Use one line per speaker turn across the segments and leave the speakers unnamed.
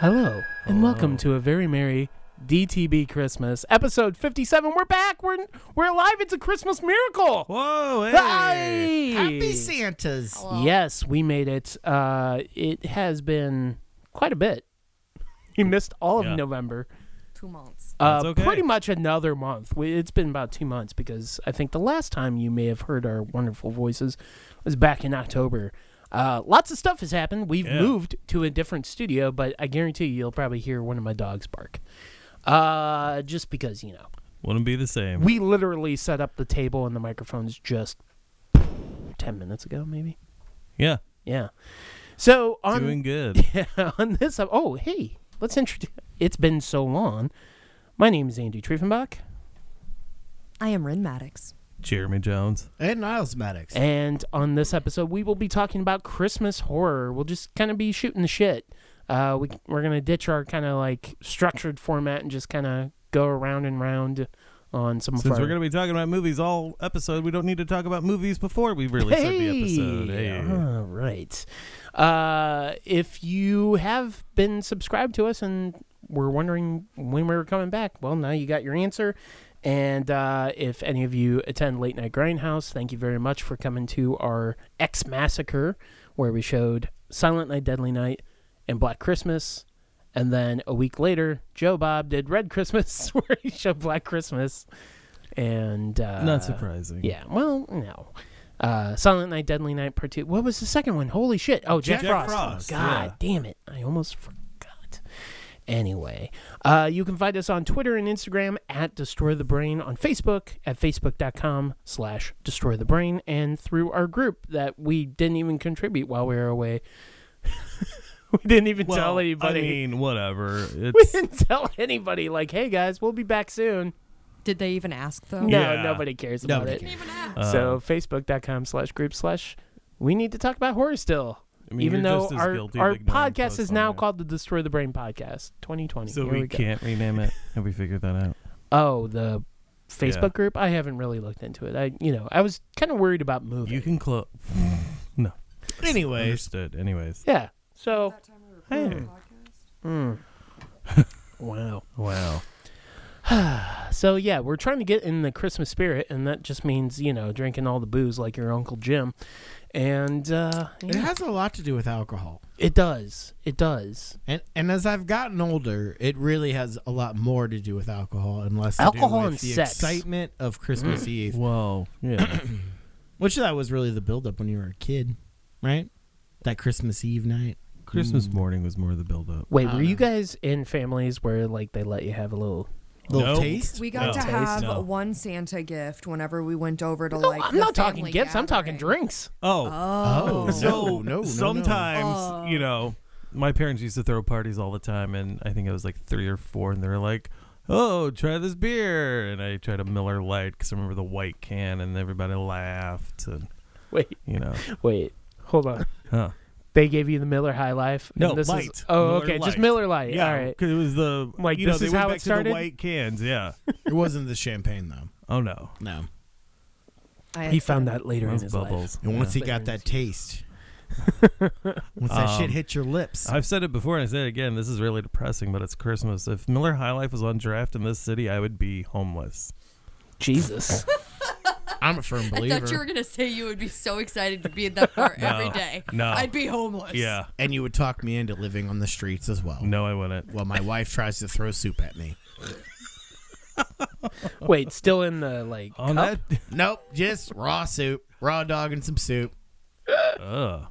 Hello, and welcome to a very merry DTB Christmas, episode 57. We're back. We're we're alive. It's a Christmas miracle.
Whoa!
Hi.
Happy Santas.
Yes, we made it. Uh, it has been quite a bit. You missed all of
Yeah.
November.
two months.
Uh,
That's okay.
Pretty much another month. We, it's been about two months because I think the last time you may have heard our wonderful voices was back in October. Uh, lots of stuff has happened. We've
Yeah.
moved to a different studio, but I guarantee you, you'll probably hear one of my dogs bark. Uh, just because, you know,
Wouldn't be the same.
we literally set up the table and the microphones just 10 minutes ago, maybe.
yeah,
Yeah. So on
doing good.
on this, oh, hey, let's introduce. It's been so long. My name is Andy Triefenbach.
I am Rin Maddox.
Jeremy Jones.
And Niles Maddox.
And on this episode, we will be talking about Christmas horror. We'll just kind of be shooting the shit. Uh, we, we're going to ditch our kind of like structured format and just kind of go around and round on some of
Since
our.
we're gonna be talking about movies all episode, we don't need to talk about movies before we really start the episode. Hey.
All right. Uh, if you have been subscribed to us and were wondering when we were coming back, well, now you got your answer. And uh, if any of you attend Late Night Grindhouse, thank you very much for coming to our X Massacre, where we showed Silent Night, Deadly Night, and Black Christmas. And then a week later, Joe Bob did Red Christmas, where he showed Black Christmas. And uh,
Not surprising.
yeah, well, no. Uh, Silent Night, Deadly Night Part Two. What was the second one? Holy shit! Oh, Jack,
Jack
Frost.
Frost,
God damn it! I almost forgot. Anyway, uh, you can find us on Twitter and Instagram at Destroy the Brain, on Facebook at facebook.com/slash Destroy the Brain, and through our group that we didn't even contribute while we were away. we didn't even
Well,
tell anybody.
I mean, whatever.
we
It's
didn't tell anybody. Like, hey guys, we'll be back soon.
Did they even ask
Oh.
though?
No,
Yeah.
nobody cares about
Nobody
it.
cares.
uh,
So facebook.com slash group slash we need to talk about horror still.
I mean,
Even
you're
though
just as
our,
guilty of
our
ignoring
podcast
us
is
on
now
that.
called the Destroy the Brain Podcast 2020.
so
Here
we,
go.
can't rename it. Have we figured that out?
Oh, the Facebook
Yeah.
group? I haven't really looked into it. I you know, I was kinda worried about moving.
You can close. no,
Hmm.
Anyways,
understood. Anyways,
yeah. So Hmm.
hey,
mm. Wow.
wow.
So yeah, we're trying to get in the Christmas spirit and that just means, you know, drinking all the booze like your Uncle Jim. And uh
it
yeah,
has a lot to do with alcohol.
it does. It does.
And and as I've gotten older, it really has a lot more to do with alcohol and less to do
Alcohol
with
and
the
sex.
excitement of Christmas Eve,
Whoa. Yeah.
which that was really the buildup when you were a kid, right? That Christmas Eve night. Mm.
Christmas morning was more the build up.
Wait,
I
were
don't
you
know.
guys in families where like they let you have a little?
Little
No.
taste.
We got
No.
to
Taste,
have
no.
one Santa gift whenever we went over to
No,
like.
I'm
the
not talking
family
gifts. I'm talking
gathering.
drinks.
Oh.
Oh,
Oh.
So
No, no, no,
sometimes
no.
you know, my parents used to throw parties all the time, and I think I was like three or four, and they were like, "Oh, try this beer," and I tried a Miller Lite because I remember the white can, and everybody laughed, and
Wait,
you know,
wait, hold on.
huh?
They gave you the Miller High Life. and
No,
this is-
Light.
oh,
Miller
okay, just
Light.
Miller Light. All right.
because it was the
Like,
you
this
know,
is
they
how it
went back to
started?
the white cans, yeah.
It wasn't the champagne though.
Oh no,
No.
I
He
had
found
fun.
that later in
those
his life.
bubbles.
And once
Yeah.
he got that taste, once that shit
Um,
hit your lips,
I've said it before, and I said it again. This is really depressing, but it's Christmas. If Miller High Life was on draft in this city, I would be homeless.
Jesus.
I'm a firm
I thought you were
believer.
gonna say you would be so excited to be in that bar every
No,
day.
no.
I'd be homeless.
Yeah,
And you would talk me into living on the streets as well.
no, I wouldn't.
While my wife tries to throw soup at me.
wait, still in the like.
On
cup?
that,
Nope, just raw soup, raw dog and some soup.
Ugh.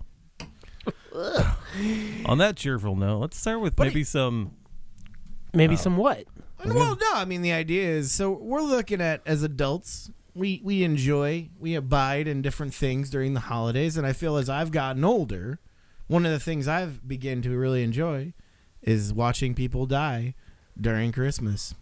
On that cheerful note, let's start with maybe some.
maybe
Oh.
some what?
Well, no, I mean the idea is so we're looking at as adults, we we enjoy, we abide in different things during the holidays, and I feel as I've gotten older, one of the things I've begun to really enjoy is watching people die during Christmas.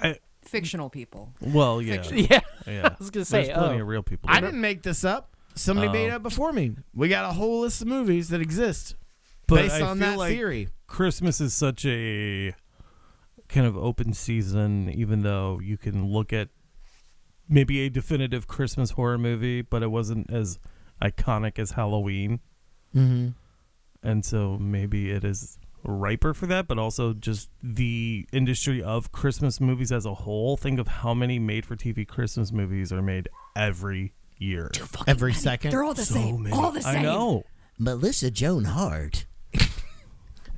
I
fictional people.
Well, yeah,
Yeah,
yeah.
I was gonna
Oh. There's
say,
plenty
oh,
of real people.
I
there.
didn't make this up. Somebody made it
Oh.
up before me. We got a whole list of movies that exist
but
based
I
on
feel
that
like
theory.
Christmas is such a kind of open season, even though you can look at maybe a definitive Christmas horror movie, but it wasn't as iconic as Halloween.
Mm-hmm.
And so maybe it is riper for that, but also just the industry of Christmas movies as a whole. Think of how many made for TV Christmas movies are made every year.
Every second.
They're all the
Oh,
same. All the same.
I know.
Melissa Joan Hart.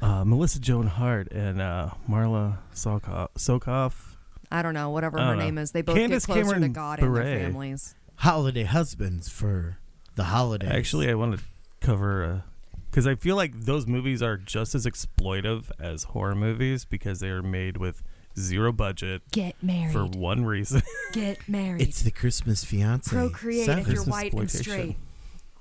Uh, Melissa Joan Hart and uh, Marla Soko- Sokoff.
I don't know. Whatever
I
her
don't know.
name is, they both
Candace
get closer to
Cameron
God and
Bure.
their families.
Holiday husbands for the holidays.
Actually, I want to cover because I feel like those movies are just as exploitive as horror movies because they are made with zero budget
Get married.
for one reason.
Get married.
it's the Christmas fiance.
Procreate if
Seven.
you're white and
Christmas-ploitation.
straight.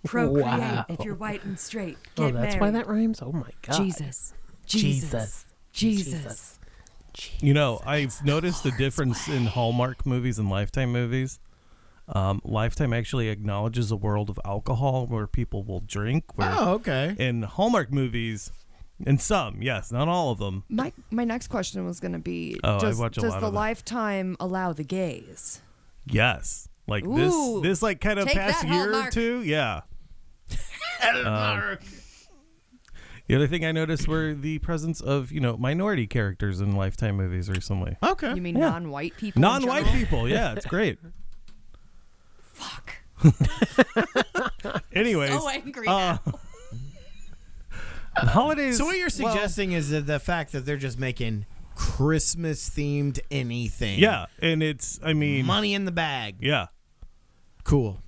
Procreate
Wow.
if you're white and straight. Get
oh, that's
married.
why that rhymes. Oh my god,
Jesus.
Jesus.
Jesus. Jesus.
you know, I've noticed the difference in Hallmark movies and Lifetime movies. Um, Lifetime actually acknowledges a world of alcohol where people will drink. Where
Oh, okay.
in Hallmark movies, in some, yes, not all of them.
My my next question was going to be:
Oh, I
Does,
watch a
does
lot
the
of that.
lifetime allow the gays?
Yes, like
Ooh.
this, this like kind of
Take
past
that,
year or
Hallmark.
two, yeah. Um, The other thing I noticed were the presence of, you know, minority characters in Lifetime movies recently.
Okay.
You mean
Yeah.
non-white people? in
Non-white
general?
people, yeah, it's great.
Fuck.
Anyways,
So angry.
uh, holidays.
so what you're
well,
suggesting is that the fact that they're just making Christmas themed anything.
yeah, and it's, I mean,
Money in the bag.
yeah,
Cool.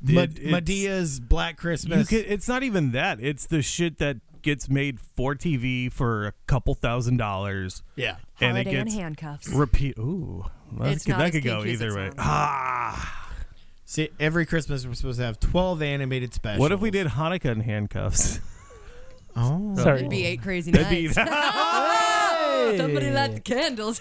It-
Ma-
it's-
Medea's Black
you
Christmas.
can, it's not even that. It's the shit that gets made for TV for a couple thousand dollars,
yeah.
and it
Holiday in
gets
handcuffs.
repeat. Ooh, that
It's
could,
not
that
as
could go
kinky as it
either way.
sounds.
Ah,
See, every Christmas we're supposed to have 12 animated specials.
what if we did Hanukkah in handcuffs?
Oh.
Sorry,
It'd be eight crazy
That'd be
nights.
Oh,
Somebody light the candles.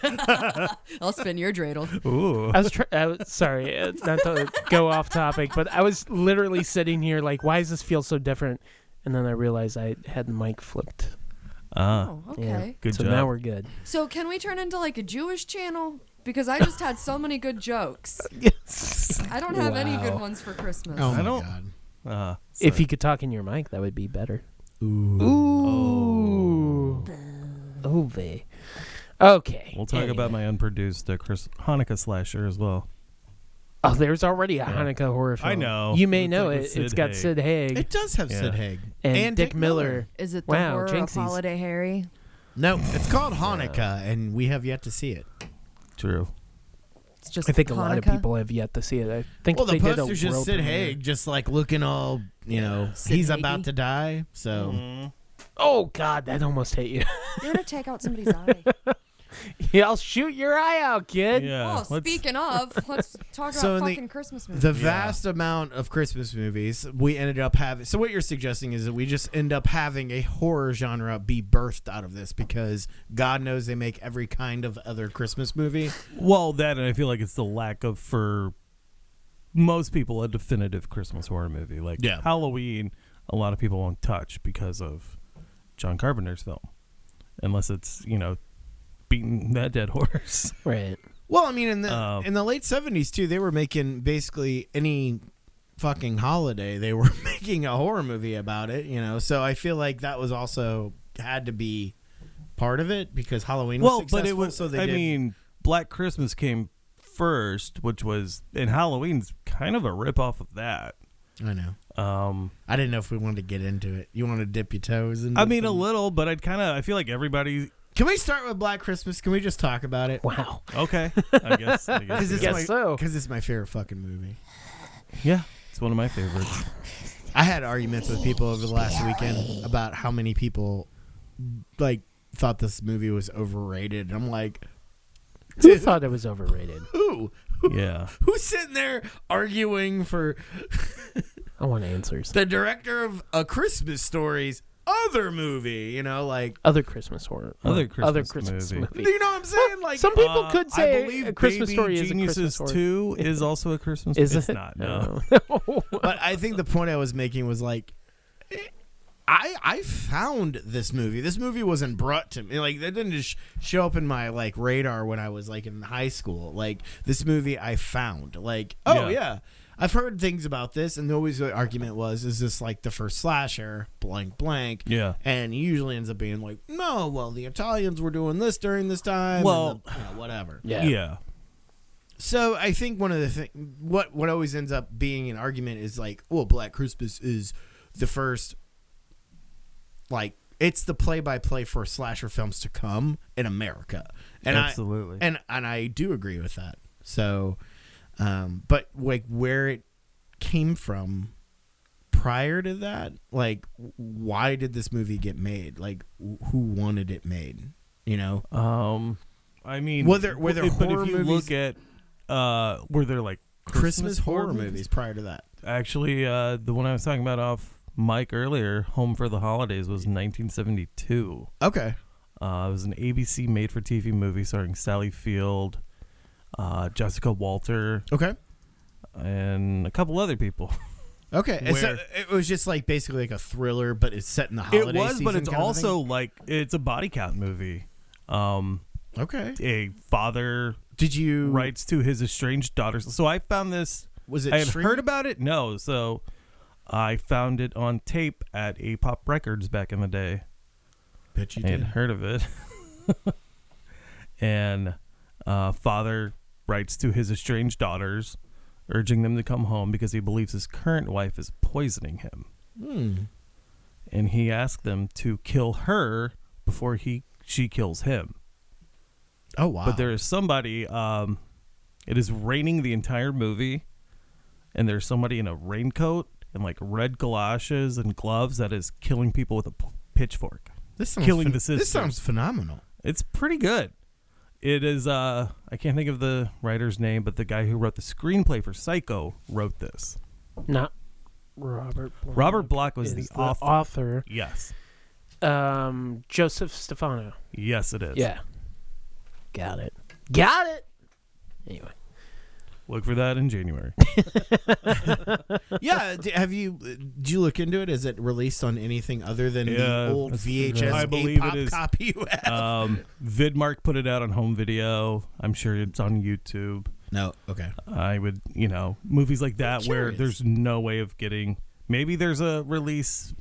I'll spin your dreidel.
ooh.
I was, try- I was sorry, uh, not to go off topic, but I was literally sitting here like, why does this feel so different? And then I realized I had the mic flipped.
Ah,
Oh,
Yeah.
okay.
good
so
job.
now we're good.
So can we turn into like a Jewish channel? Because I just had so many good jokes. I don't have any good
Wow.
ones for Christmas.
Oh,
I
my
don't-
God.
Uh,
If you could talk in your mic, that would be better.
Ooh.
Ooh. Ove. Okay.
Oh. we'll talk
anyway.
about my unproduced uh, Chris Hanukkah slasher as well.
Oh, there's already a
Yeah.
Hanukkah horror film.
I know.
You may
It's
know
like
it.
with Sid
it's got
Haig.
Sid Haig
It does have Sid
Yeah.
Haig.
and, Dick, Miller.
Is it the
Wow,
horror
jinxies.
of Holiday Harry?
No, it's called Hanukkah, and we have yet to see it.
True.
It's just
I think a lot of
Hanukkah?
people have yet to see it. I think
Well, the
they did a
poster's just
world
Sid
premiere.
Haig, just like looking all, you know,
Sid
he's
Haig-y.
about to die. So
Oh God, that almost hit you.
You're gonna take out somebody's eye.
Yeah, I'll shoot your eye out, kid.
Yeah.
oh,
let's-
speaking of, let's talk
So in
about
the-
fucking Christmas movies.
the vast amount of Christmas movies we ended up having. So what you're suggesting is that we just end up having a horror genre be birthed out of this because God knows they make every kind of other Christmas movie.
Well, that and I feel like it's the lack of for most people a definitive Christmas horror movie. Like
Yeah.
Halloween, a lot of people won't touch because of John Carpenter's film, unless it's you know beating that dead horse.
Right.
Well, I mean, in the
Um,
in the late '70s too, they were making basically any fucking holiday. They were making a horror movie about it, you know. So I feel like that was also had to be part of it because Halloween was
well,
successful.
but it was.
so they
I
did-
mean, Black Christmas came first, which was and Halloween's kind of a rip off of that.
I know.
Um,
I didn't know if we wanted to get into it. You want to dip your toes in?
I mean, a little, but I'd kind of. I feel like everybody.
Can we start with Black Christmas? Can we just talk about it?
Wow.
Okay, I guess. I guess
Because it's
Guess
my
so.
because it's my favorite fucking movie.
yeah, it's one of my favorites.
I had arguments with people over the last weekend about how many people like thought this movie was overrated. And I'm like,
Who thought it was overrated?
who?
Yeah.
Who's sitting there arguing for
I want answers.
the director of A Christmas Stories other movie, you know, like
Other Christmas horror.
Other
other
Christmas
Christmas
movie.
movie.
do you know what I'm saying? Like
Some people
Uh,
could say
I believe
a Christmas
Baby
story is a
Geniuses
Christmas horror.
2 is also a Christmas
Is
it's
it?
not. No.
but I think the point I was making was like, eh, I I found this movie. This movie wasn't brought to me. Like that didn't just show up in my like radar when I was like in high school. Like this movie I found. Like oh yeah.
Yeah.
I've heard things about this, and always the argument was, "Is this like the first slasher?" Blank, blank.
Yeah.
and it usually ends up being like, "No, well, the Italians were doing this during this time." and
Well-
the- you know, whatever.
Yeah.
Yeah.
So I think one of the thing what what always ends up being an argument is like, well, Black Christmas is the first, like it's the play by play for slasher films to come in America, and
Absolutely.
I, and and I do agree with that. So, um, but like where it came from prior to that, like w- why did this movie get made? Like wh- who wanted it made? You know,
Um, I mean,
Were there- were there
but
horror
if you
movies-
look at, uh, were there like
Christmas, horror, movies prior to that.
Actually, uh, the one I was talking about off mic earlier, Home for the Holidays, was 1972.
Okay.
Uh, it was an ABC made-for-TV movie starring Sally Field, uh, Jessica Walter,
Okay.
and a couple other people.
Okay, and so
Where-
it was just like basically like a thriller, but it's set in the holiday.
it was, but
season
it's
kind of
also like it's a body count movie. Um,
thing? okay.
a father
Did you
writes to his estranged daughter. So I found this.
Was it
I have
streaming?
heard about it. No, so I found it on tape at A Pop Records back in the day.
Bet you
I had
did.
heard of it. and uh, father writes to his estranged daughters, urging them to come home because he believes his current wife is poisoning him.
Hmm.
And he asked them to kill her before he she kills him.
Oh wow!
But there is somebody. Um, it is raining the entire movie, and there's somebody in a raincoat and like red galoshes and gloves that is killing people with a p- pitchfork.
this sounds
killing
phen-
the sister.
This sounds phenomenal.
It's pretty good. It is. Uh, I can't think of the writer's name, but the guy who wrote the screenplay for Psycho wrote this.
Not Robert. Bloch
Robert Block was
is
the author.
author.
yes,
Um, Joseph Stefano.
yes, it is.
Yeah. Got it. Got it. Anyway,
Look for that in January.
yeah, d- have you? uh, Did you look into it? Is it released on anything other than
Yeah,
the old
that's-
VHS
I believe
A-pop
it is.
copy you have?
um, Vidmark put it out on home video. I'm sure it's on YouTube.
no. Okay.
I would, you know, movies like that where
curious.
there's no way of getting. Maybe there's a release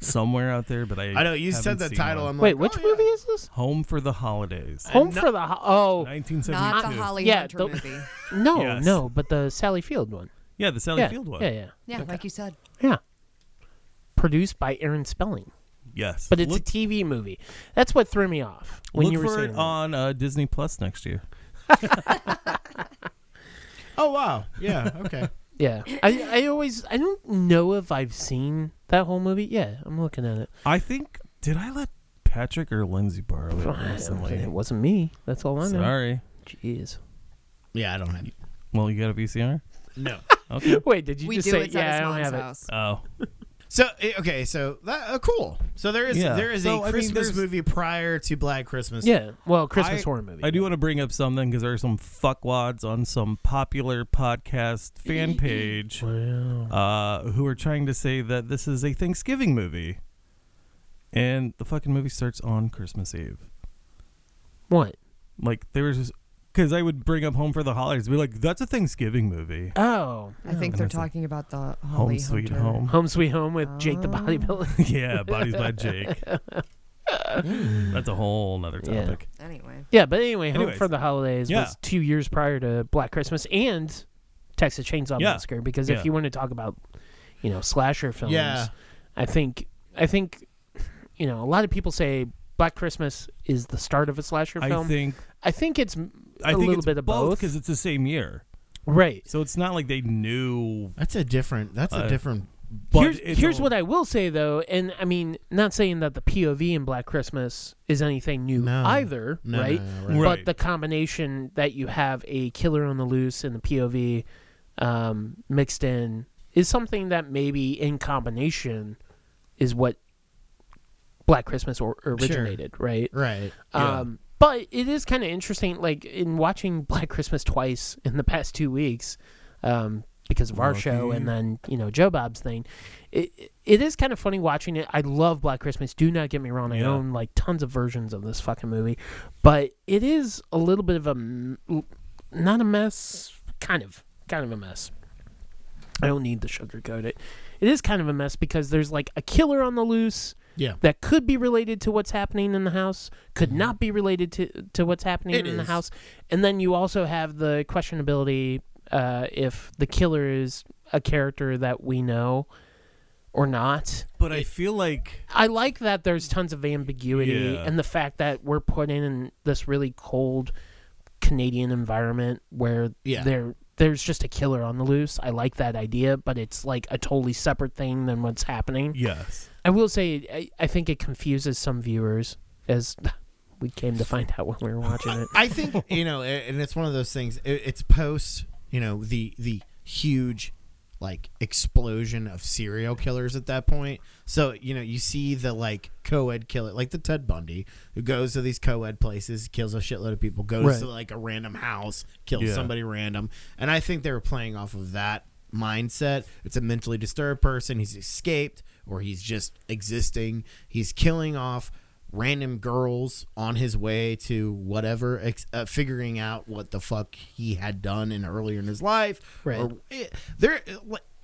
somewhere out there, but I.
I know you said
haven't
the
seen
title.
one.
I'm
wait,
like,
which
oh, yeah.
movie is this?
Home for the Holidays.
Home
no-
for the ho- oh
1972.
Not the Holly
Yeah,
Hunter
the-
movie.
no
Yes.
no, but the Sally Field one.
yeah, the Sally
yeah.
Field one.
Yeah yeah
Yeah, like you said.
yeah. Produced by Aaron Spelling,
Yes.
but it's
look,
a TV movie. That's what threw me off when
look
you were
for
saying
it
that.
on uh, Disney Plus next year.
Oh wow! Yeah. Okay.
Yeah, I I always I don't know if I've seen that whole movie. Yeah, I'm looking at it.
I think. Did I let Patrick or Lindsay borrow it
it
recently?
wasn't me. That's all I know.
Sorry.
Jeez.
yeah, I don't have.
Well, you got a VCR.
No.
Okay.
Wait, did you
we
just
do
say
it's
yeah?
at
I
his
don't
mom's
have
house.
Oh,
So eh, okay, so that uh, cool. So there is
Yeah.
there is
So, I mean,
a Christmas
there's-
movie prior to Black Christmas.
it. Yeah. Well, Christmas
I-
horror movie.
I do want to bring up something because there are some fuckwads on some popular podcast fan page
Wow.
uh, who are trying to say that this is a Thanksgiving movie. And the fucking movie starts on Christmas Eve.
What?
Like, there was just. Because I would bring up Home for the Holidays and be like, that's a Thanksgiving movie.
Oh,
I
And
think they're
it's a-
talking about the Holly
Home Sweet
Hunter.
Home.
Home Sweet Home with Jake the
Oh.
Bodybuilder.
yeah, Bodies by Jake. that's a whole nother
Yeah.
topic.
Anyway,
Yeah, but anyway, Home
Anyways.
for the Holidays
Yeah.
was two years prior to Black Christmas and Texas Chainsaw
Yeah.
Massacre. Because
Yeah.
if you want to talk about, you know, slasher films,
Yeah.
I think I think, you know, a lot of people say Black Christmas is the start of a slasher film.
I think
I think it's m-
I
a
think
little
it's
bit of both.
because it's the same year.
right.
So it's not like they knew
That's a different. That's a
Uh,
different.
But
here's
it's
here's
all-
what I will say though, and I mean, not saying that the POV in Black Christmas is anything new
No.
either,
No,
right?
no, no,
Right.
But the combination that you have a killer on the loose and the POV um, mixed in is something that maybe in combination is what Black Christmas or, originated, right?
Right.
Yeah.
Um, but it is kind of interesting, like in watching Black Christmas twice in the past two weeks, um, because of our show
Lucky.
and then you know Joe Bob's thing. It it is kind of funny watching it. I love Black Christmas. Do not get me wrong. I
Yeah.
own like tons of versions of this fucking movie, but it is a little bit of a m- not a mess, kind of kind of a mess. I don't need to sugarcoat it. It is kind of a mess because there's like a killer on the loose
Yeah. Mm-hmm.
that could be related to what's happening in the house, could not be related to, to what's happening
It
in the
is.
house. And then you also have the questionability uh, if the killer is a character that we know or not.
But I feel like
I like that there's tons of ambiguity
Yeah.
and the fact that we're put in this really cold Canadian environment where
Yeah.
there there's just a killer on the loose. I like that idea, but it's like a totally separate thing than what's happening.
yes,
I will say, I, I think it confuses some viewers, as we came to find out when we were watching it.
I think you know, a- and it's one of those things. i- It's post, you know, the the huge like explosion of serial killers at that point. So you know, you see the like co-ed killer, like the Ted Bundy, who goes to these co-ed places, kills a shitload of people, goes
Right.
to like a random house, kills
Yeah.
somebody random, and I think they were playing off of that mindset. It's a mentally disturbed person. He's escaped, or he's just existing. He's killing off random girls on his way to whatever, ex- uh, figuring out what the fuck he had done in earlier in his life.
Right.
Or, eh, there,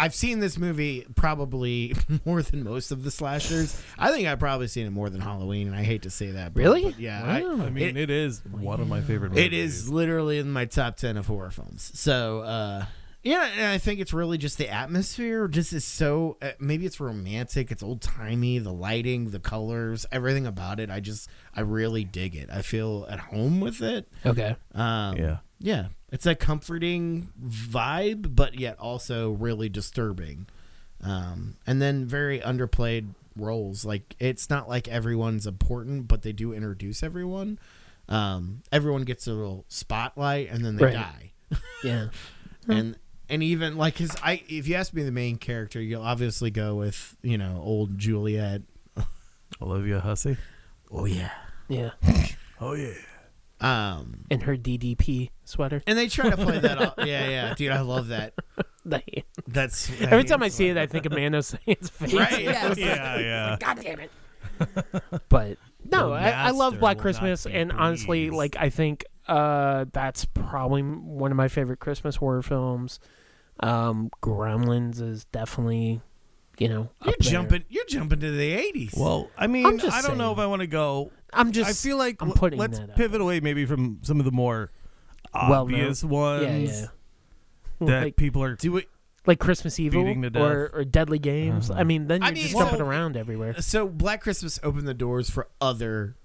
I've seen this movie probably more than most of the slashers. I think I've probably seen it more than Halloween, and I hate to say that. But,
Really?
but yeah. I-
Wow.
I mean it is one of my favorite. Movies.
it is literally in my top 10 of horror films. So, uh, yeah, and I think it's really just the atmosphere. Just is so uh, maybe it's romantic, it's old timey, the lighting, the colors, everything about it. I just I really dig it. I feel at home with it.
Okay.
Um,
Yeah.
yeah, it's a comforting vibe, but yet also really disturbing. Um, and then very underplayed roles. Like it's not like everyone's important, but they do introduce everyone. Um, everyone gets a little spotlight, and then they
Right.
die.
Yeah.
And and even like his, I if you ask me the main character, you'll obviously go with you know old Juliet.
Olivia Hussey.
Oh yeah.
Yeah.
Oh yeah.
Um,
And her DDP sweater.
and they try to play that. Off. Yeah, yeah, dude, I love that.
The-
That's
Every time I see it, I think of Mano Sands' face.
Right.
Yes.
Yeah, yeah.
God damn it.
But no,
The
I, I love
master
Black
will
Christmas,
not be
and honestly,
pleased.
like I think uh, that's probably m- one of my favorite Christmas horror films. Um, Gremlins is definitely, you know,
You're
up there.
jumping. You're jumping to the '80s.
Well, I mean, I
I'm
don't
just
know if
saying.
I want to go.
I'm just.
I feel like
I'm
l-
putting
let's
that up.
pivot away maybe from some of the more
Well-known-
obvious
yeah,
ones
yeah.
that
Like-
people are.
Do it.
like Christmas Evil
Beating to
or, or Deadly Games.
Uh-huh.
I mean, then
I
you're
mean,
just
well-
jumping around everywhere.
So Black Christmas opened the doors for other.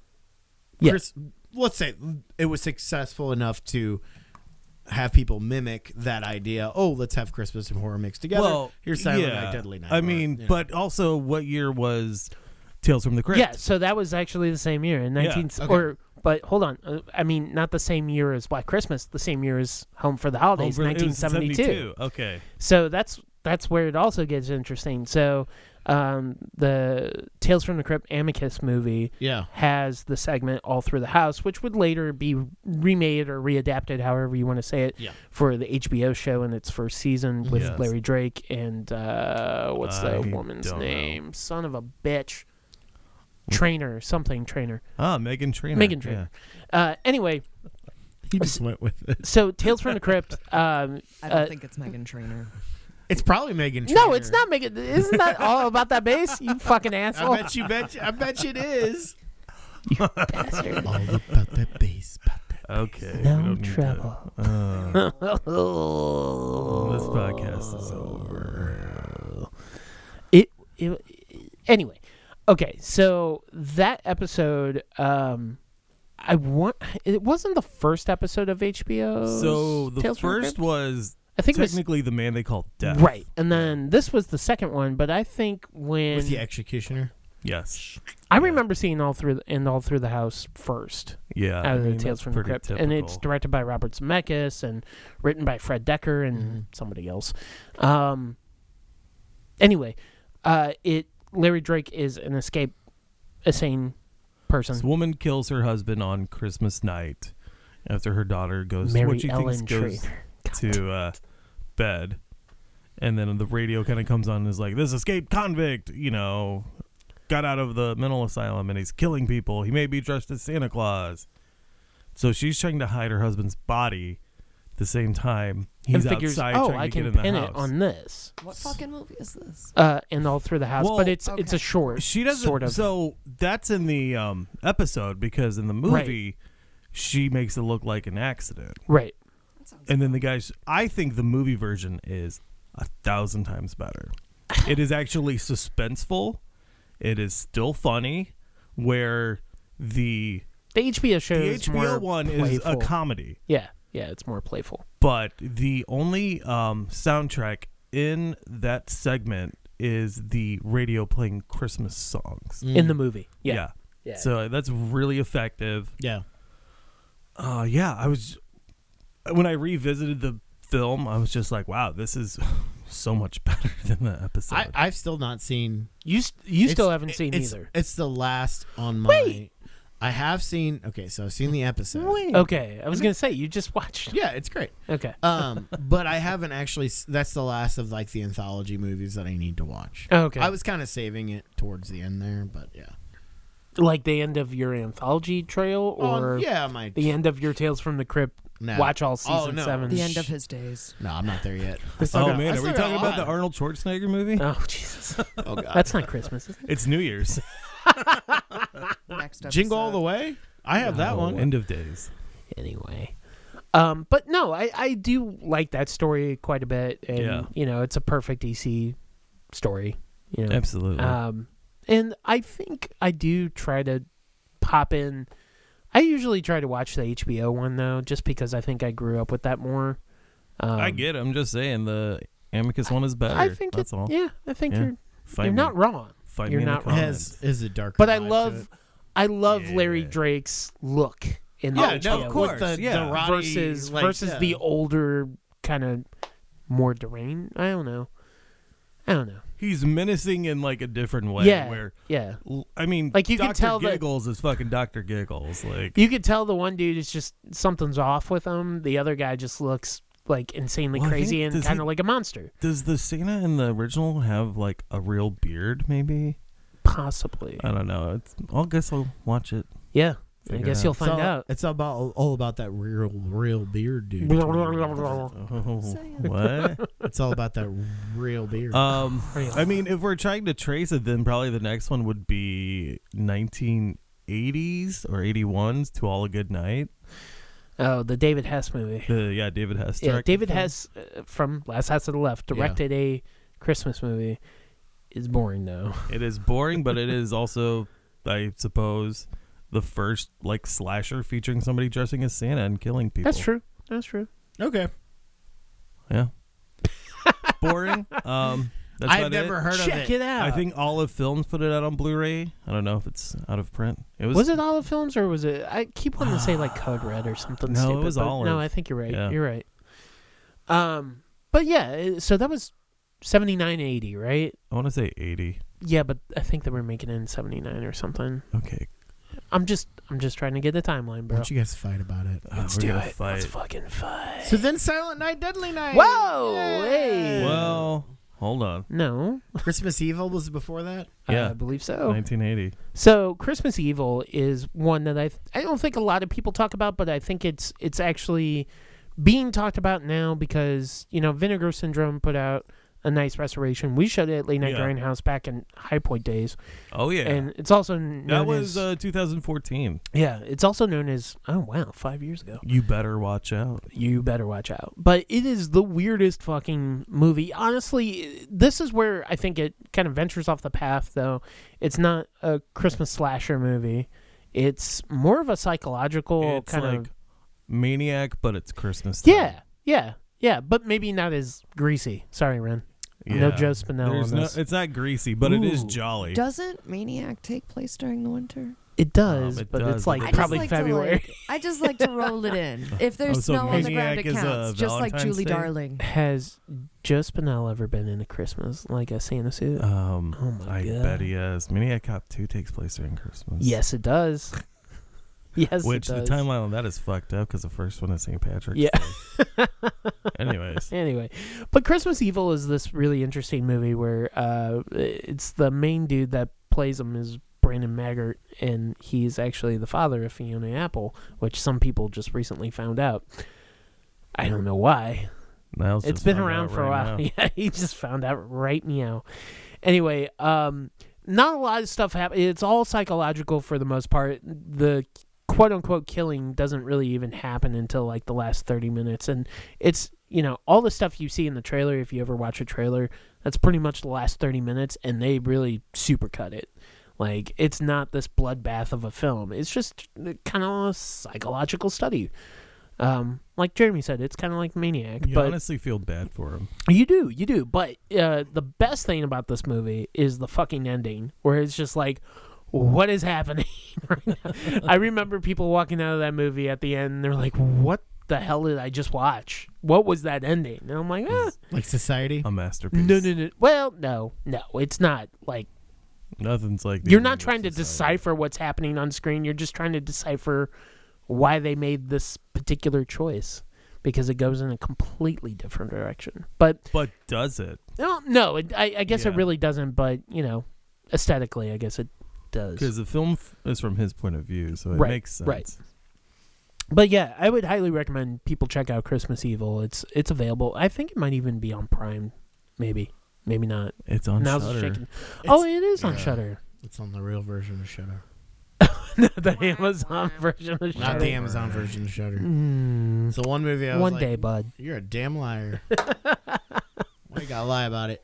Yeah.
Chris, let's say it was successful enough to have people mimic that idea. Oh, let's have Christmas and horror mixed together.
Well,
here's Silent
yeah.
Night, Deadly Night.
I
or,
mean,
you know.
but also, what year was Tales from the Crypt?
Yeah, so that was actually the same year in 19
okay.
or but hold on. Uh, I mean, not the same year as Black Christmas, the same year as Home for the
Oh,
Holidays,
for- it was
1972.
72. Okay.
So that's that's where it also gets interesting. So um, the Tales from the Crypt Amicus movie
yeah,
has the segment all through the house, which would later be remade or readapted, however you want to say it,
Yeah.
for the HBO show in its first season with
Yes.
Larry Drake and uh, what's
I
the woman's
don't know.
name? Son of a bitch, trainer something trainer,
Ah, Megan Trainor.
Megan Trainer. Uh, anyway,
he just went with it.
so Tales from the Crypt. Um,
I don't
uh,
think it's Megan Trainer.
It's probably Megan.
no, it's
Trainor.
not Megan. Isn't that all about that bass? You fucking asshole.
I bet you bet. you- I bet you it is.
bastard.
All about that bass.
Yeah. Okay. we
No
don't need to-
trouble.
Uh,
this
this podcast is over.
It, it, anyway. Okay, so that episode, um, I want. It wasn't the first episode of HBO.
So the first was
I think it was
technically the man they call Death.
right, and then this was the second one. But I think when
With the executioner.
Yes.
I remember seeing all through the, and all through the house first
Yeah.
out
I
of the
mean,
Tales
that's
from the
pretty
Crypt, and it's
typical.
directed by Robert Zemeckis and written by Fred Decker and
Mm-hmm.
Mhm.
somebody else. Um, anyway, uh, it Larry Drake is an escape a sane person.
This woman kills her husband on Christmas night after her daughter goes to
Mary
what she thinks
Ellen
goes
Trainer.
to uh, bed. And then the radio kind of comes on and is like, this escaped convict, you know, got out of the mental asylum and he's killing people. He may be dressed as Santa Claus. So she's trying to hide her husband's body at the same time he's
and figures,
outside
oh,
trying
I
to get
can
in the
pin
house.
it on this,
What fucking movie is this?
uh, and all through the house.
Well,
but it's it's
okay.
a short.
she doesn't
sort of.
so that's in the um, episode because in the movie she makes it look like an accident
right.
That sounds
and then the guys i think the movie version is a thousand times better it is actually suspenseful it is still funny where the
The HBO show
the
is more
hbo one is a
playful.
comedy
yeah, yeah, it's more playful.
but the only um, soundtrack in that segment is the radio playing christmas songs
in the movie. Mm. Yeah. Yeah.
so that's really effective
Yeah.
Uh, yeah, I was when I revisited the film, I was just like, wow, this is so much better than the episode.
I, I've still not seen.
You s- you still
it's-
haven't seen
it's,
either.
It's the last on my.
Wait.
I have seen. Okay, so I've seen the episode.
Okay, I was gonna say you just watched.
Yeah, it's great.
Okay.
Um, but I haven't actually. s- That's the last of like the anthology movies that I need to watch.
Okay.
I was kind of saving it towards the end there, but yeah.
like the end of your anthology trail, or
oh, yeah, my
the end of your Tales from the Crypt.
No.
Watch all season
Oh, no.
seven.
The end of his days.
No, I'm not there yet.
oh man, are we
still got
talking
a
about
lot.
the Arnold Schwarzenegger movie?
Oh Jesus,
Oh god.
that's not Christmas. Is it?
it's New Year's.
Next episode.
Jingle all the way. I have that one.
Oh, End of days.
Anyway, um, but no, I I do like that story quite a bit, and
Yeah.
you know it's a perfect EC story. You know,
Absolutely.
Um, and I think I do try to pop in. I usually try to watch the HBO one though, just because I think I grew up with that more. Um,
I get. it. I'm just saying the Amicus one is better.
I think
that's
it,
all.
Yeah, I think
Yeah.
you're
Find
you're
me-
not wrong.
find
you're
me in
not
the
wrong.
comments.
has is a dark.
But I love, I love Larry
Yeah.
Drake's look in
Yeah,
the
no,
HBO
of course,
With the
yeah.
Dorati,
versus
like,
versus
yeah.
the older kind of more deranged. I don't know. I don't know.
He's menacing in like a different way.
yeah,
Where
yeah.
l- I mean,
Like, you
Dr.
can tell that-
Giggles is fucking Doctor Giggles. Like
You could tell the one dude is just something's off with him. The other guy just looks like insanely
Well, I
crazy
think-
and
does he-
kind of like a monster,
Does the Cena in the original have like a real beard? Maybe
possibly.
I don't know. It's, I'll guess I'll watch it.
yeah, I
Figure it
guess
out.
you'll find out.
It's about all about that real, real beard, dude.
Oh,
Saying.
what?
it's all about that real beard.
Uh,
um,
Real.
I mean, if we're trying to trace it, then probably the next one would be 1980s or 81s to All a Good Night.
Oh, the David Hess movie.
The yeah, David Hess.
Yeah,
directed
David
film.
Hess uh, from Last House to the Left
Yeah.
directed a Christmas movie. It's boring though.
It is boring, but it is also, I suppose, the first like slasher featuring somebody dressing as Santa and killing people.
That's true. That's true.
okay.
Yeah. boring. Um, that's
I've
about it.
never heard
Check
of it.
it out.
I think Olive Films put it out on Blu-ray. I don't know if it's out of print. It was.
was it Olive Films or was it? I keep wanting to say like Code Red or something.
No, it
stupid,
was
but
Olive.
No, I think you're right.
Yeah.
You're right. Um, but yeah, it- so that was seventy nine eighty, right?
I want to say eighty.
Yeah, but I think they were making it in seventy nine or something.
Okay,
I'm just, I'm just trying to get the timeline,
Why
bro.
don't you guys fight about it?
uh,
Let's
we're
do
gonna
it.
Fight.
Let's fucking fight.
So then, Silent Night, Deadly Night.
Whoa!
Yeah.
Hey.
well, hold on.
No,
Christmas Evil was before that.
Yeah.
I believe so.
1980.
So Christmas Evil is one that I I don't think a lot of people talk about, but I think it's it's actually being talked about now because you know Vinegar Syndrome put out a nice restoration. We showed it at Late Night
Yeah.
Grindhouse back in High Point days,
Oh yeah.
and it's also known
that was
as,
uh, 2014.
yeah, it's also known as oh wow, five years ago.
You better watch out.
You better watch out. But it is the weirdest fucking movie. Honestly, this is where I think it kind of ventures off the path, though. It's not a Christmas slasher movie. It's more of a psychological
it's
kind
like um,
of
Maniac, but it's Christmas. Time.
yeah, yeah, yeah. But maybe not as greasy. Sorry, Ren. No
Yeah.
Joe Spinell
There's
on
no-
this.
it's not greasy, but it is
Ooh.
jolly.
Doesn't Maniac take place during the winter?
It does,
Um, it
but
does,
it's
but
like
it
I just
probably
like to,
February.
like- I just like to roll it in. If
Oh,
there's
so
snow on the
Maniac
ground, it
is, uh,
counts. just like
Valentine's
Julie
Day?
Darling.
Has Just Benell ever been in a Christmas like a Santa suit?
Um,
Oh my
I
God.
bet he is. Maniac Cop 2 takes place during Christmas.
yes, it does. yes,
Which
it
the
does.
timeline on that is fucked up because the first one is St. Patrick's.
Yeah.
Anyways,
anyway, but Christmas Evil is this really interesting movie where uh, it's the main dude that plays him is Brandon Maggart, and he's actually the father of Fiona Apple, which some people just recently found out. I don't know why.
Niles
It's
just
been
found
around
out
for
right
a while.
now.
Yeah, he just found out right meow. Anyway, um, not a lot of stuff happens. It's all psychological for the most part. The quote unquote killing doesn't really even happen until like the last 30 minutes. And it's, you know, all the stuff you see in the trailer, if you ever watch a trailer, that's pretty much the last 30 minutes. And they really supercut it. Like, it's not this bloodbath of a film, it's just kind of a psychological study. Um, like Jeremy said, it's kind of like Maniac,
You
but
honestly feel bad for him.
you do, you do. But uh, the best thing about this movie is the fucking ending, where it's just like, what is happening? right now? I remember people walking out of that movie at the end, and they're like, what the hell did I just watch? What was that ending? And I'm like, ah,
Like society.
A masterpiece.
no, no, no. Well, no, no, it's not like
Nothing's like the
you're
ending
not
of
trying to
Society.
decipher what's happening on screen. You're just trying to decipher why they made this particular choice because it goes in a completely different direction. But
But does it?
No, no. It, I, I guess it
Yeah.
really doesn't, but you know, aesthetically, I guess it does.
Because the film f- is from his point of view, so it
Right,
makes sense.
right. But yeah, I would highly recommend people check out Christmas Evil. It's it's available. I think it might even be on Prime, maybe, maybe not.
It's on
Now's
Shudder.
shaking. Oh, it is on
yeah.
Shutter.
It's on the real version of Shutter.
the Amazon version of
Not
Shutter.
the Amazon version of Shutter.
Mm,
It's the one movie I was
one
like,
day, bud.
You're a damn liar. Why you gotta lie about it?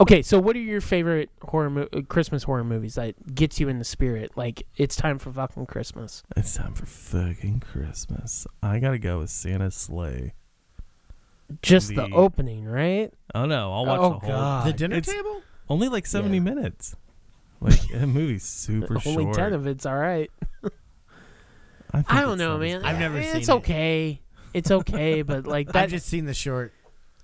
Okay, so what are your favorite horror mo- uh, Christmas horror movies that gets you in the spirit? Like it's time for fucking Christmas.
It's time for fucking Christmas. I gotta go with Santa's sleigh.
Just the,
The-
opening, right?
Oh no, I'll watch
oh
the whole.
god,
the dinner
it's-
table?
Only like seventy
Yeah.
minutes. Like that movie's super
only
short.
ten of it's all right.
think
I don't
it's
know,
not as
man.
I've never
it's
seen
It's
it.
okay. It's okay, but like that.
I've just seen the short.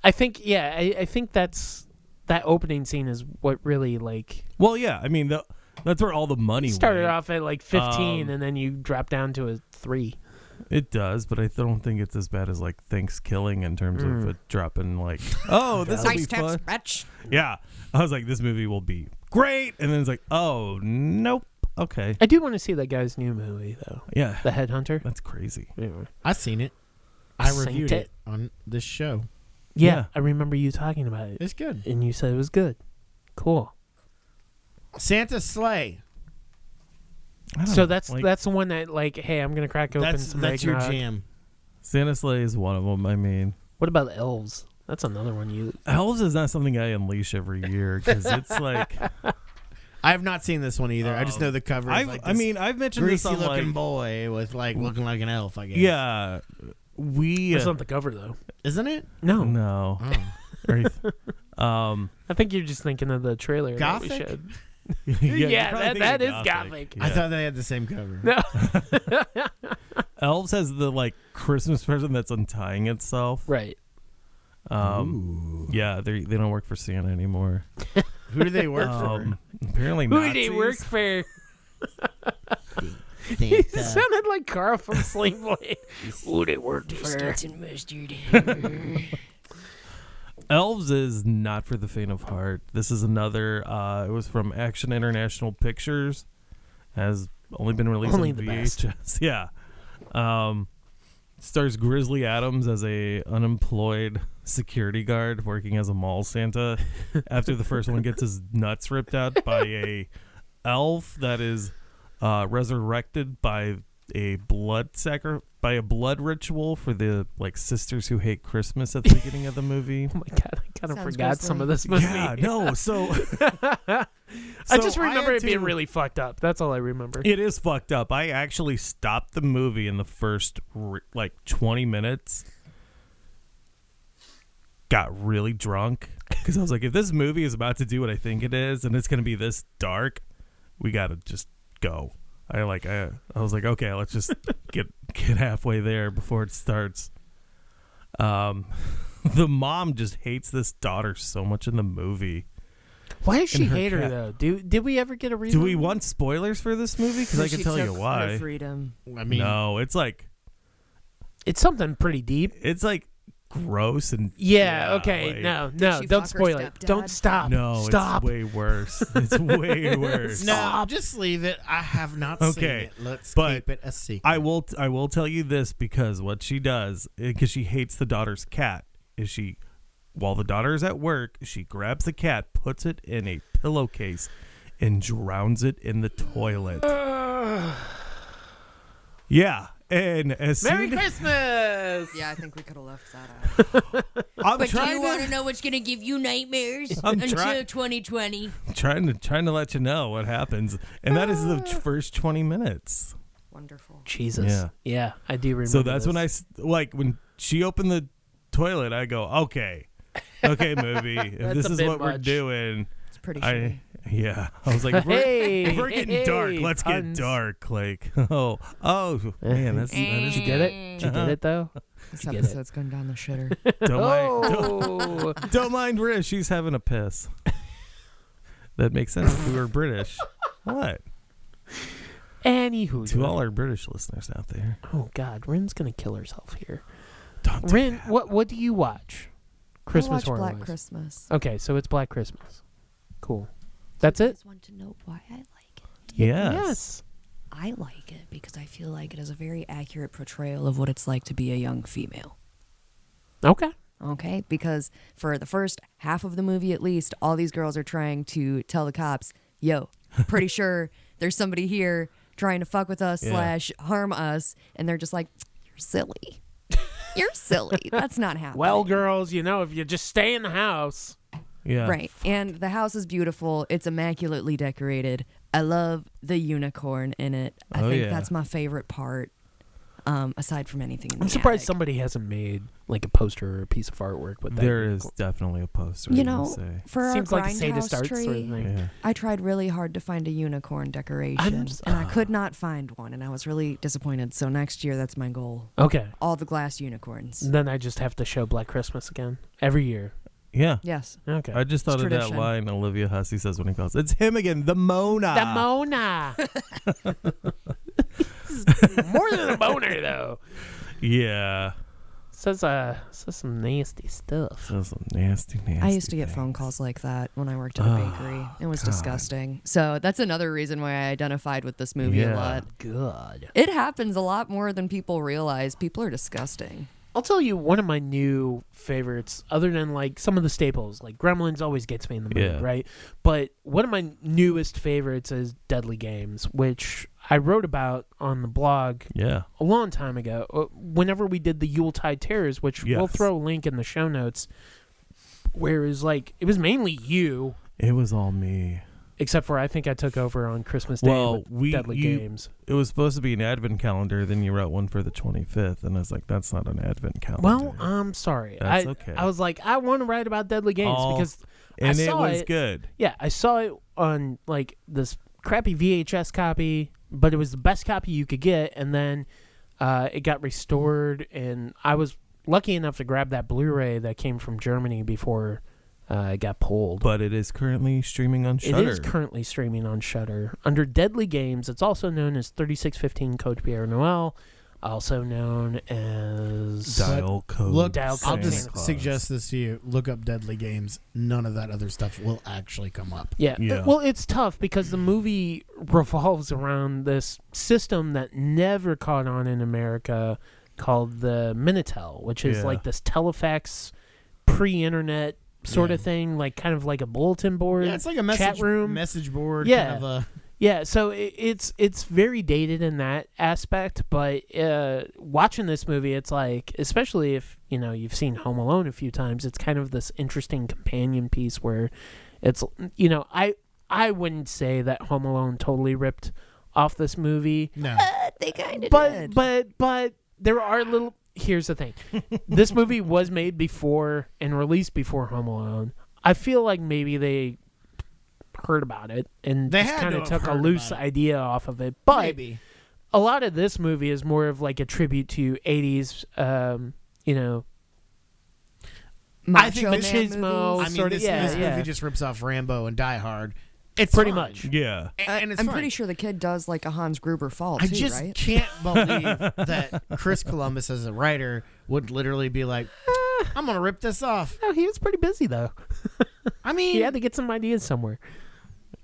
I think, yeah, I, I think that's that opening scene is what really like
Well, yeah. I mean, the, that's where all the money
started
went.
off at like fifteen,
Um,
and then you drop down to a three.
It does, but I th- don't think it's as bad as like Thanksgiving in terms
Mm.
of it dropping like, oh, this will be
Nice tax
fun.
bitch.
Yeah, I was like, this movie will be great, and then it's like, oh, nope. Okay,
I do want to see that guy's new movie though,
yeah,
The Headhunter.
that's crazy.
Anyway.
I've seen it. I
Seen
reviewed
it.
it. on this show.
Yeah,
Yeah.
I remember you talking about it,
It's good.
and you said it was good. Cool.
Santa Sleigh.
I don't
So
know,
that's
like,
that's the one that like, hey, I'm gonna crack open
That's
some
that's your
eggnog.
jam.
Santa Sleigh is one of them. I mean,
What about elves? That's another one you.
Elves is not something I unleash every year because it's like,
I have not seen this one either. I just
Um,
know the cover. is
I've,
like
I
this
mean, I've mentioned this
greasy
on
looking
like,
boy with like looking like an elf. I guess.
yeah, we
It's not the cover though.
Isn't it?
No,
no,
Oh.
Or- um,
I think you're just thinking of the trailer. that we
Gothic?
showed.
yeah,
Yeah,
probably
that-
think
that
of
is Gothic.
I
Yeah.
thought they had the same cover.
No.
Elves has the like Christmas present that's untying itself.
Right.
Um, yeah, they they don't work for Santa anymore.
Who do they work
Um, apparently
Who
Nazis.
did he work for?
for?
He sounded like Carl from Sling Blade. Who did work for?
mustard.
Elves is not for the faint of heart. This is another. Uh, it was from Action International Pictures. Has only been released
Only
on
the best.
VHS. yeah. Um, stars Grizzly Adams as a unemployed security guard working as a mall Santa. after the first one gets his nuts ripped out by a elf that is uh, resurrected by a blood sacri- by a blood ritual for the like sisters who hate Christmas at the beginning of the movie.
Oh my god, I kind of
Sounds
forgot some
grisly.
of this movie.
Yeah, no.
I
So, So
just
I
remember
had
it being
to-
really fucked up. That's all I remember.
It is fucked up. I actually stopped the movie in the first re- like 20 minutes. Got really drunk because I was like, if this movie is about to do what I think it is and it's going to be this dark, we got to just go. I like I I was like, okay, let's just get get halfway there before it starts. Um, the mom just hates this daughter so much in the movie.
Why does she
her
hate her
cat.
though? Do did we ever get a reason?
Do we want spoilers for this movie? Because I can tell you why.
freedom.
I mean,
No, it's like
It's something pretty deep.
it's like gross and
Yeah. okay.
like-
no.
she
No. Don't
fuck her
spoil it. Don't
stepdad?
stop.
No,
Stop.
it's way worse. It's way worse.
no,
Stop.
just leave it. I have not seen
Okay,
it. Let's
but-
keep it a secret.
I will. T- I will tell you this because what she does, because she hates the daughter's cat, is she, while the daughter is at work, she grabs the cat, puts it in a pillowcase, and drowns it in the toilet. yeah, and as
Merry
soon
Christmas.
Yeah, I think we could have left that out.
I'm
But do
trying
you want to
to,
know what's going to give you nightmares
I'm
until
try-
2020?
trying to trying to let you know what happens, and that is the t-
Ah.
first twenty minutes.
Wonderful.
Jesus. Yeah.
Yeah.
I do remember.
So that's
this.
when I s- like when she opened the toilet. I go, okay, okay, movie. If
That's
this
a
is
bit
what we're
much.
doing,
It's pretty shitty.
I yeah. I was like, if we're,
Hey.
if we're getting
hey,
dark.
hey,
Let's
puns.
get dark. Like oh oh man, that's that
Did you
is
get it? Did you get it though?
This
get it.
episode's going down the shitter.
Uh-huh. don't mind don't,
Oh.
don't mind Riz. She's having a piss. That makes sense. if We were British. What?
Anywho.
To all our British listeners out there,
Oh God, Rin's gonna kill herself here.
don't do
Rin,
that.
what what do you watch? Christmas
I watch
horror.
Black
wise.
Christmas.
Okay, so it's Black Christmas. Cool. That's it.
just want to know why I like it.
Yes.
I like it because I feel like it is a
Very accurate portrayal of what it's like to be a young female.
Okay.
Okay, because for the first half of the movie at least, all these girls are trying to tell the cops, "Yo, pretty sure there's somebody here trying to fuck with us
Yeah.
slash harm us," and they're just like, "You're silly, you're silly. That's not happening."
Well, girls, you know, if you just stay in the house.
Yeah.
right. And the house is beautiful. It's immaculately decorated. I love the unicorn in it. I
Oh,
think
yeah.
that's my favorite part. Um, aside from anything, in
I'm
the
surprised
attic.
somebody hasn't made like a poster or a piece of artwork with that.
There is definitely a poster.
you
I
know
will say.
for
Seems
our
like a say to
grindhouse
start
tree.
sort of thing.
Yeah.
I tried really hard to find a unicorn decoration,
s-
and I could not find one, and I was really disappointed. So next year, that's my goal:
Okay.
all the glass unicorns.
Then I just have to show Black Christmas again every year.
Yeah.
Yes,
Okay.
I just thought
It's
of that
tradition.
line Olivia Hussey says when he calls. It's him again, the Mona.
the Mona. Ah. More than a boner though.
Yeah.
Says uh says some nasty stuff.
That's some nasty, nasty.
I used to get phone
things.
calls like that when I worked at a bakery. It was disgusting. So that's another reason why I identified with this movie
Yeah.
a lot.
Good.
It happens a lot more than people realize. People are disgusting.
I'll tell you one of my new favorites, other than like some of the staples, like Gremlins always gets me in the mood,
Yeah.
right? But one of my newest favorites is Deadly Games, which I wrote about on the blog
Yeah.
a long time ago. uh, Whenever we did the Yuletide Terrors, which we'll
Yes.
throw a link in the show notes, where is like it was mainly you,
It was all me.
except for I think I took over on Christmas Day
Well,
with
we-
Deadly
you-
Games.
It was supposed to be an advent calendar, then you wrote one for the 25th, and I was like, that's not an advent calendar.
Well, I'm sorry.
Oh, That's
I,
okay. Oh.
I was like, I want to write about Deadly Games
All-
because I
and it
saw
was
it.
good.
Yeah, I saw it on like this crappy VHS copy, but it was the best copy you could get, and then uh, it got restored, and I was lucky enough to grab that Blu-ray that came from Germany before uh, it got pulled.
But it is currently streaming on Shudder.
It is currently streaming on Shutter under Deadly Games. It's also known as 3615 Code Pierre Noel, also known as
Dial code.
Look,
Dial
Santa
I'll
Oh, Santa
just
Claus.
suggest this to you. Look up Deadly Games. None of that other stuff will actually come up.
Yeah.
Yeah.
Well, it's tough because the movie revolves around this system that never caught on in America called the Minitel, which is
Yeah.
like this telefax pre internet sort
Yeah.
of thing, like kind of like a bulletin board.
Yeah, it's like a message
chat room.
message board.
Yeah.
Kind of a,
Yeah, so it, it's it's very dated in that aspect, but uh, watching this movie, it's like, especially if you know you've seen Home Alone a few times, it's kind of this interesting companion piece where it's you know I I wouldn't say that Home Alone totally ripped off this movie,
no.
they kind of
but but but there are little. Here's the thing, this movie was made before and released before Home Alone. I feel like maybe they heard about it and
They
just
had
kind
to
of
have
took a
heard
loose
about
idea off of it. But
Maybe.
a lot of this movie is more of like a tribute to 80s, um, you know,
I
Macho
think
Man
this
is Mo-
movies.
I mean,
sorta-
this,
yeah,
this
yeah.
movie just rips off Rambo and Die Hard. It's
pretty
fun.
much.
Yeah.
A-
I-
and it's
I'm
fun.
pretty sure the kid does like a Hans Gruber fall
I
too,
just
right?
can't believe that Chris Columbus, as a writer, would literally be like, "I'm gonna rip this off."
No, he was pretty busy though.
I mean,
He had to get some ideas somewhere.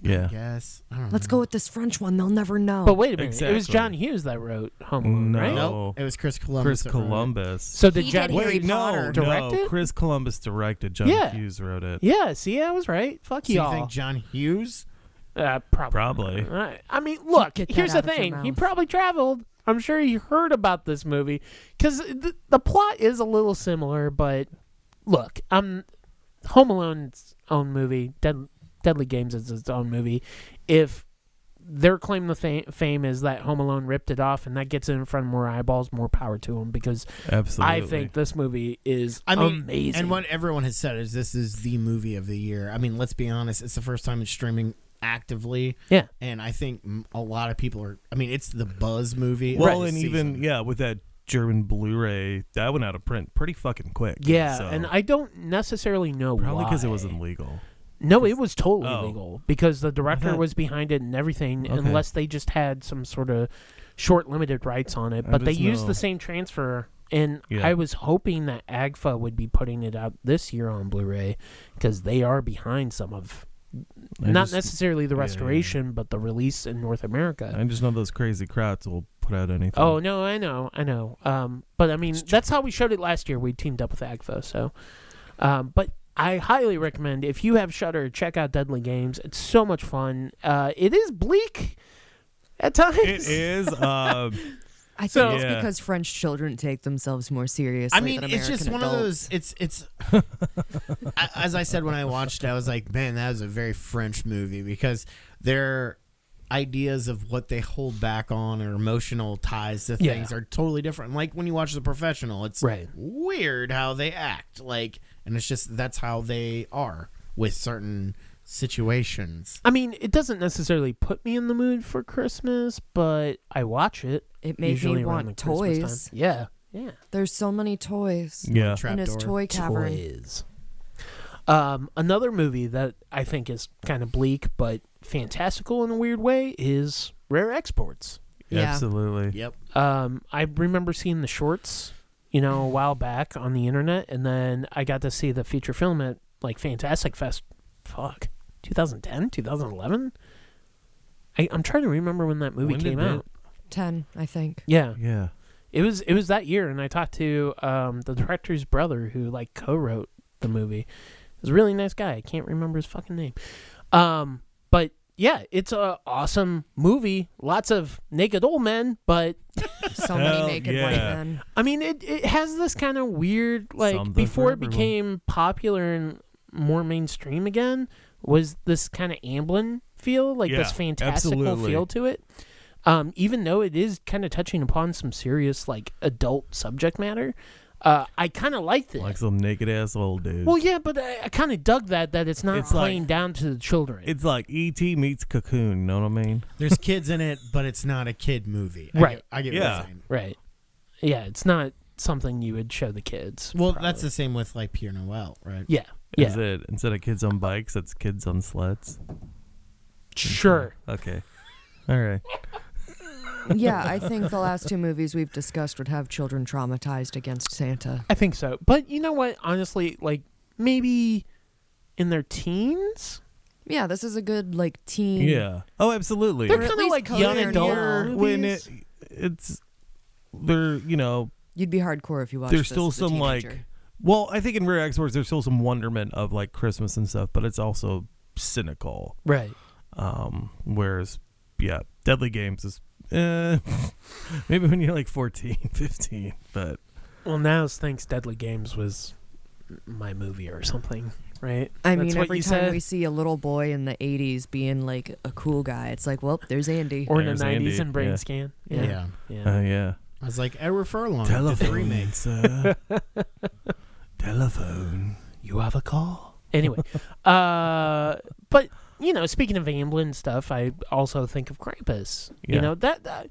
Yeah.
yes. I don't know.
Let's go with this French one. They'll never know.
But wait a minute, it was
Exactly.
John Hughes that wrote Home Alone,
No.
right?
Nope. It was Chris Columbus.
Chris
that wrote it.
Columbus.
So did
He
John?
did Harry
Wait, no,
Potter.
no.
Directed?
Chris Columbus directed. John
Yeah.
Hughes wrote it.
Yeah. See, I was right. Fuck
So you
y'all.
think John Hughes?
uh, probably.
Probably.
Right. I mean, look.
Get that
Here's the
out of your
thing. He
mouth.
probably traveled. I'm sure he heard about this movie because the, the plot is a little similar. But look, I'm Home Alone's own movie. Dead, Deadly Games is its own movie. If their claim to fa- fame is that Home Alone ripped it off, and that gets it in front of more eyeballs, more power to them. Because
Absolutely.
I think this movie is
I mean,
amazing.
and what everyone has said is this is the movie of the year. I mean, let's be honest; it's the first time it's streaming actively,
yeah,
and I think mm, a lot of people are. I mean, it's the buzz movie. of
Well,
the
and
season.
even yeah, with that German Blu-ray, that went out of print pretty fucking quick.
yeah,
so-
and I don't necessarily know
probably
because
because it wasn't legal.
No, it was totally
Oh.
legal because the director
thought-
was behind it and everything,
Okay.
unless they just had some sort of short limited rights on it.
I
But they
just
used
know-
the same transfer, and
Yeah.
I was hoping that AGFA would be putting it out this year on Blu-ray because they are behind some of
I
not
just-
necessarily the
yeah, yeah, yeah.
restoration, but the release in North America.
I just know those crazy crowds will put out anything.
Oh no, I know, I know. Um, but I mean,
It's
that's how we showed it last year. We teamed up with Agfa, so. Um, but I highly recommend if you have Shutter, check out Deadly Games. It's so much fun. Uh, it is bleak at times.
it is. Uh,
I think
So-
it's
Yeah.
because French children take themselves more seriously.
I mean,
than
it's just
American
one of
adults.
those. It's it's. I- as I said when I watched, it, I was like, man, that was a very French movie because their ideas of what they hold back on or emotional ties to
Yeah.
things are totally different. Like when you watch The Professional, it's
Right.
weird how they act. Like, and it's just that's how they are with certain situations.
I mean, it doesn't necessarily put me in the mood for Christmas, but I watch it.
It made me
usually around
want
the Christmas time.
toys.
Yeah, yeah.
There's so many toys
yeah.
in
Trapdoor.
his toy cavern.
Toys. Um, another movie that I think is kind of bleak but fantastical in a weird way is Rare Exports.
Yeah.
Absolutely.
Yep.
Um, I remember seeing the shorts, you know, a while back on the internet, and then I got to see the feature film at like Fantastic Fest. Fuck, 2010, 2011. I, I'm trying to remember when that movie
When did
came
that-
out.
Ten, I think.
Yeah,
Yeah.
it was it was that year, and I talked to um, the director's brother who like co-wrote the movie. He's a really nice guy. I can't remember his fucking name. Um, but yeah, it's a awesome movie. Lots of naked old men, but
So many
Hell
naked
yeah.
white men.
I mean, it, it has this kind of weird like
Something for
before it
everyone.
became popular and more mainstream again was this kind of Amblin feel, like this
Yeah,
fantastical
absolutely.
feel to it. Um, even though it is kind of touching upon some serious like adult subject matter, uh, I kind of liked it.
Like some naked ass old dude.
well, yeah, but I, I kind of dug that that it's not
It's like-
playing down to the children.
it's like E.T. meets Cocoon. Know what I mean?
There's kids in it, but it's not a kid movie. I
Right.
Get, I get what
Yeah.
you're saying.
right? Yeah, it's not something you would show the kids.
Well,
probably.
that's the same with like Pierre Noel, right?
yeah, yeah,
Is it instead of kids on bikes, it's kids on sleds?
sure.
Okay. All right.
Yeah, I think the last two movies we've discussed would have children traumatized against Santa.
I think so. But you know what? Honestly, like maybe in their teens,
Yeah, this is a good like teen.
Yeah. Oh, absolutely.
they're
Or at
kind of
least
like
code
young
their
adult.
norm.
when it it's they're you know
You'd be hardcore if you watched.
there's
this
still
as a
some like
teenager.
well i think in rare exports there's still some wonderment of like christmas and stuff but it's also cynical
Right.
um whereas yeah deadly games is uh, maybe when you're like 14 15 but
Well, now thanks Deadly Games was my movie or something, right?
I
That's
mean,
what
every
you
time
said?
we see a little boy in the '80s being like a cool guy, it's like, well, there's Andy.
or in the
There's
90s
Andy,
and Brain
yeah.
Scan.
Yeah.
Yeah. Yeah.
uh, yeah
I was like Edward Furlong. did the
telephone
remake.
sir. telephone
You have a call. Anyway, uh, but you know, speaking of Amblin stuff, I also think of Krampus.
Yeah.
You know that, that-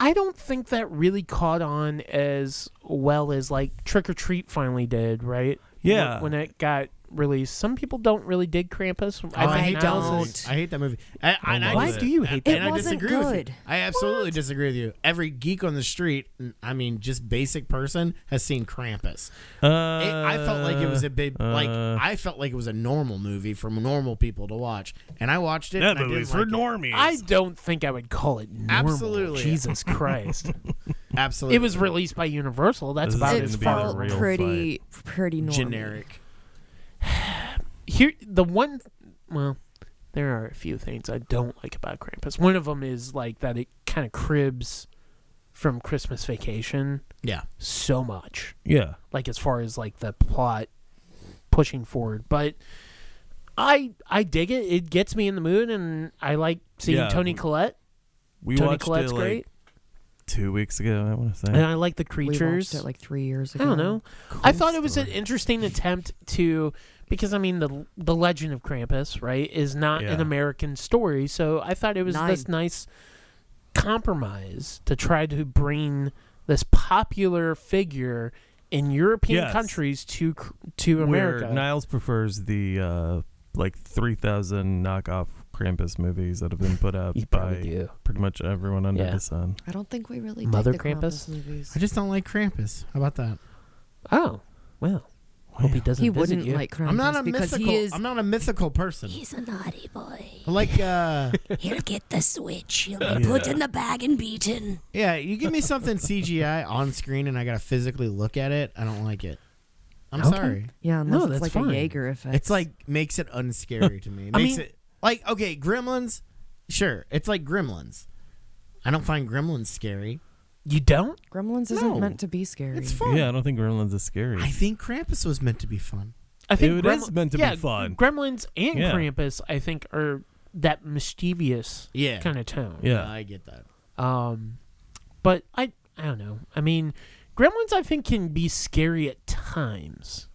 I don't think that really caught on as well as like Trick or Treat finally did, right? When-
Yeah.
When, it got released, some people don't really dig Krampus.
Oh,
think
hate
now
that
is-
movie. I hate that movie. I, I, and I
Why
dis-
do you hate
and
that
I
movie? It wasn't
disagree with
good.
you. I absolutely disagree with you. Every geek on the street, n- I mean, just basic person, has seen Krampus.
Uh,
It- I felt like it was a big, like
uh,
I felt like it was a normal movie for normal people to watch, and I watched it.
Uh, that
and I
movie's
didn't
for
like it.
normies.
I don't think I would call it normal.
Absolutely.
Jesus Christ.
Absolutely,
it was released by Universal. That's
This is
about
gonna
It
as
be the
far.
felt
real
pretty, pretty normal.
generic.
Here, the one, well, there are a few things I don't like about Krampus. One of them is like that it kind of cribs from Christmas Vacation
Yeah,
so much,
yeah.
like as far as like the plot pushing forward, but. I I dig it. It gets me in the mood, and I like seeing
Yeah.
Tony Collette.
We
Tony
watched
Collette's
it like
great,
two weeks ago. I want to say.
and I like the
We
creatures.
watched it like three years
I
ago.
don't know. I thought it was an interesting attempt to because I mean the the Legend of Krampus, right, is not an
Yeah.
American story, so I thought it was
Nine.
this nice compromise to try to bring this popular figure in European
Yes.
countries to cr- to
Where
America.
Niles prefers the uh, like three thousand knockoff Krampus movies that have been put out
You probably
by
do.
pretty much everyone under
Yeah.
the sun.
I don't think we really did
Mother
the
Krampus?
movies.
I just don't like Krampus. How about that?
Oh, well. Hope he doesn't
He
visit
wouldn't
you.
like Krampus
I'm not a
because
mythical.
he is.
I'm not a mythical person.
He's a naughty boy.
I Like, uh,
He'll get the switch. He'll be put in the bag and beaten.
yeah, you give me something CGI on screen, and I gotta physically look at it. I don't like it. I'm
Okay.
sorry.
yeah, unless
No,
it's
that's
like
fine.
a Jaeger effect.
It's like makes it unscary to me. It
I
makes
mean-
it like okay, Gremlins. Sure, it's like Gremlins. I don't find Gremlins scary.
You don't?
Gremlins
No.
isn't meant to be scary.
It's fun.
Yeah, I don't think Gremlins is scary.
I think Krampus was meant to be fun.
I think
It
Gremlin-
is meant to be
yeah,
fun.
Gremlins and
Yeah.
Krampus, I think, are that mischievous
Yeah,
kind of tone.
yeah.
I get that.
Um, but I I don't know. I mean, Gremlins I think can be scary at times.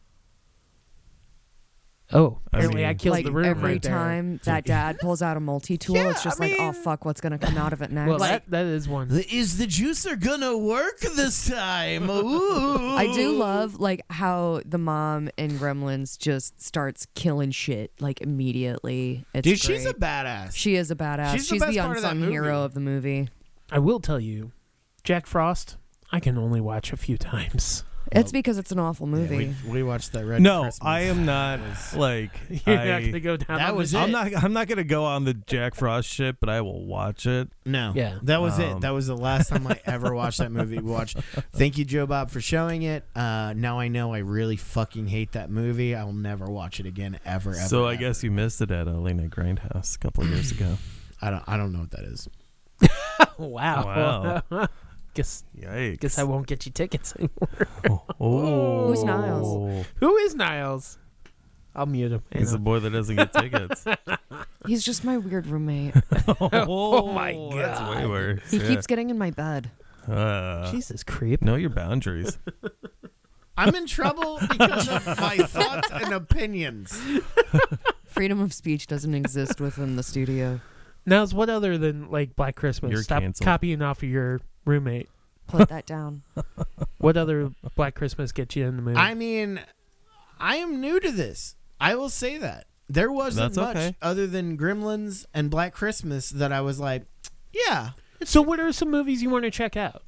Oh,
I
apparently I,
mean-
killed
like
the room
every
right there.
time that dad pulls out a multi tool,
Yeah,
it's just
I
like, oh
mean-
fuck, what's gonna come out of it next?
Well, that, that is one.
Is the juicer gonna work this time? Ooh.
I do love like how the mom in Gremlins just starts killing shit like immediately. It's
Dude, she's a
great.
badass.
she is a badass.
she's
She's,
the
the,
best part of that
unsung
movie.
hero of the movie.
I will tell you, Jack Frost. I can only watch a few times.
It's because it's an awful
Yeah,
movie.
we, we watched that Red
No,
Christmas.
I am not like.
You're not
I,
gonna go down.
That
on
was
this-
I'm
it.
not. I'm not gonna go on the Jack Frost ship, but I will watch it.
No.
Yeah.
That was it.
Um,
That was the last time I ever watched that movie. We watched. Thank you, Joe Bob, for showing it. Uh, now I know I really fucking hate that movie. I will never watch it again, ever, ever.
so I
ever.
guess you missed it at Elena Grindhouse a couple of years ago.
I don't. I don't know what that is.
Oh, Wow. guess
Yikes.
guess I won't get you tickets anymore.
oh.
Who's Niles?
Who is Niles? I'll mute him.
He's the boy that doesn't get tickets.
He's just my weird roommate.
oh,
my
That's way
God.
worse.
He
yeah.
keeps getting in my bed.
Uh,
Jesus creep.
know your boundaries.
I'm in trouble because of my thoughts and opinions.
Freedom of speech doesn't exist within the studio.
Niles, what other than like Black Christmas?
You're
Stop
canceled.
copying off of your roommate.
Put that down.
What other Black Christmas gets you in the mood?
I mean, I am new to this. I will say that there wasn't
That's
much
okay.
other than Gremlins and Black Christmas that I was like, yeah,
so, what are some movies you want to check out?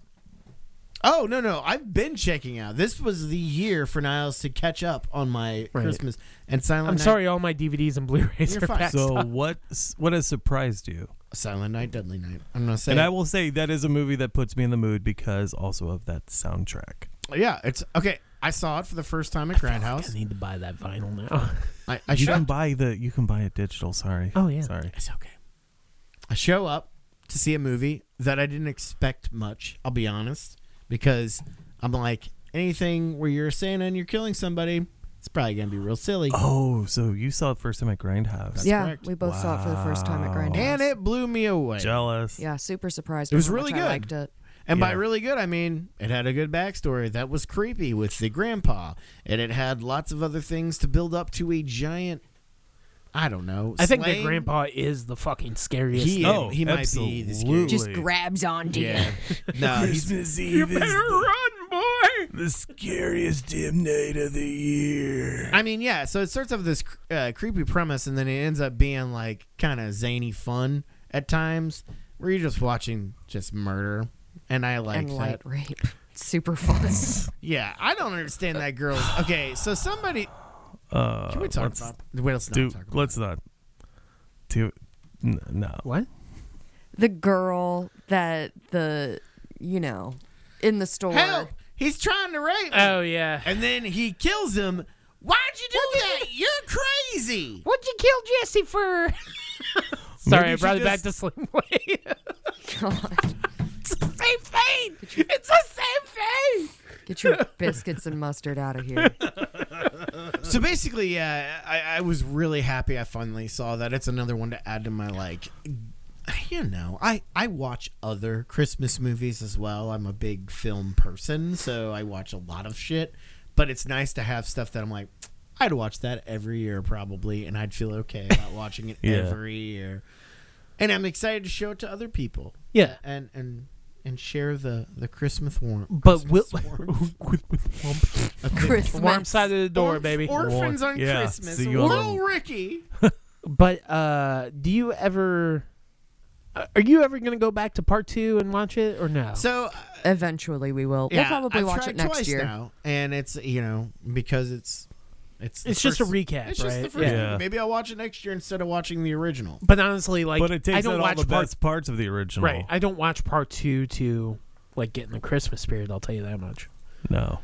Oh no no! I've been checking out. This was the year for Niles to catch up on my
Right.
Christmas and Silent.
I'm
Night,
sorry, all my DVDs and Blu-rays
You're
are
fine.
packed.
So
up.
what? What has surprised you?
Silent Night, Deadly Night. I'm gonna say.
And I will say that is a movie that puts me in the mood because also of that soundtrack.
yeah, it's okay. I saw it for the first time at
I
Grindhouse.
need to buy that vinyl now.
I, I
you
show.
can buy the. You can buy it digital. Sorry.
Oh, yeah.
Sorry.
It's okay. I show up to see a movie that I didn't expect much. I'll be honest, because I'm like anything where you're a Santa and you're killing somebody, it's probably gonna be real silly.
Oh, so you saw it first time at Grindhouse.
yeah,
correct.
we both saw it for the first time at
Wow.
Grindhouse.
And it blew me away.
Jealous.
Yeah, super surprised. at
It was
how
really
much
good.
I liked it.
And by
Yeah.
really good, I mean it had a good backstory that was creepy with the grandpa, and it had lots of other things to build up to a giant. I don't know.
I think that
slang?
grandpa is the fucking scariest.
He,
thing.
Oh,
he might be the scariest.
absolutely.
Just grabs onto
Yeah. no, he's
Christmas Eve is the,
run, boy.
the scariest damn night of the year.
I mean, yeah. So it starts off with this cr- uh, creepy premise, and then it ends up being like kind of zany fun at times, where you're just watching just murder, and I like
and
that.
light rape. It's super fun.
Yeah, I don't understand that girl's. Okay, so somebody.
Uh,
Can we talk
let's
about? Wait, let's not
do,
talk about.
Let's not do it. N- No.
What?
the girl that the you know in the store.
Help! He's trying to rape. me.
Oh yeah.
And then he kills him. Why'd you do that? You're crazy.
What'd you kill Jesse for? Sorry,
Maybe
I
you
brought
should
it back to
just-
Slim Way.
God.
it's the same thing. It's the same thing.
Get your biscuits and mustard out of here.
So basically, yeah, I, I was really happy I finally saw that. It's another one to add to my like. You know, I I watch other Christmas movies as well. I'm a big film person, so I watch a lot of shit. But it's nice to have stuff that I'm like, I'd watch that every year probably, and I'd feel okay about watching it
Yeah.
every year. And I'm excited to show it to other people.
Yeah.
and and and share the the Christmas warmth.
But will
Christmas.
warm side of the door, baby.
Orphans on
Yeah,
Christmas.
see you all
Little
then.
Ricky.
But uh, do you ever? uh, Are you ever gonna go back to part two and watch it or no?
So uh,
Eventually we will.
yeah,
we'll probably
I've
watch
tried
it next
twice
year.
now, and it's you know because it's it's the
it's just a
first-
recap,
It's
right?
just the first.
Yeah.
one. Maybe I'll watch it next year instead of watching the original.
But honestly, like
but it
I
takes
don't
out all
watch
the
part
best parts of the original.
right. I don't watch part two to like get in the Christmas spirit. I'll tell you that much.
no.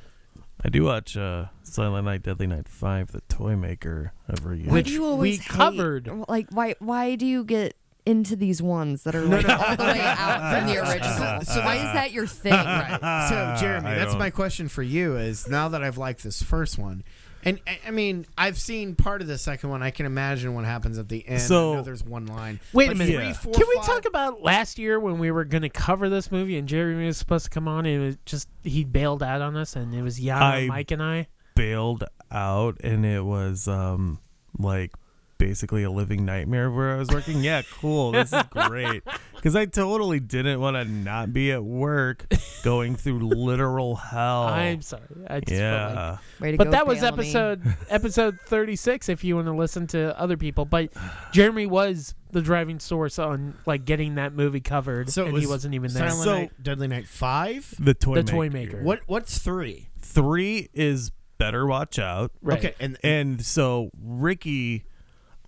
I do watch uh, Silent Night, Deadly Night 5, The Toy Maker, every year.
Which
Why do you always
we
hate-
covered.
Like why why do you get into these ones that are like all the way out from the original?
So- so
why is that your thing? Ah,
Right. So Jeremy,
I
that's
don't-
my question for you: is now that I've liked this first one. And I- I mean, I've seen part of the second one. I can imagine what happens at the end.
So-
I know there's one line.
Wait
But
a minute.
three,
Yeah.
four,
Can we
five-
talk about last year when we were going to cover this movie and Jeremy was supposed to come on and it was just he bailed out on us and it was Yana,
I-
Mike, and I.
bailed out and it was um like basically a living nightmare of where I was working. Yeah, cool. This is great. Cuz I totally didn't want to not be at work going through literal hell.
I'm sorry. I just felt like-
Oh. yeah.
Way to
but
go,
that was
Bellamy.
episode episode 36 if you want to listen to other people. But Jeremy was the driving source on like getting that movie covered
So it
and he
was
wasn't even there.
Silent
So-
Night, Deadly Night Five.
The toy
The
maker.
Toy Maker.
What what's three?
3 is better watch out.
Right.
Okay, and
And so Ricky,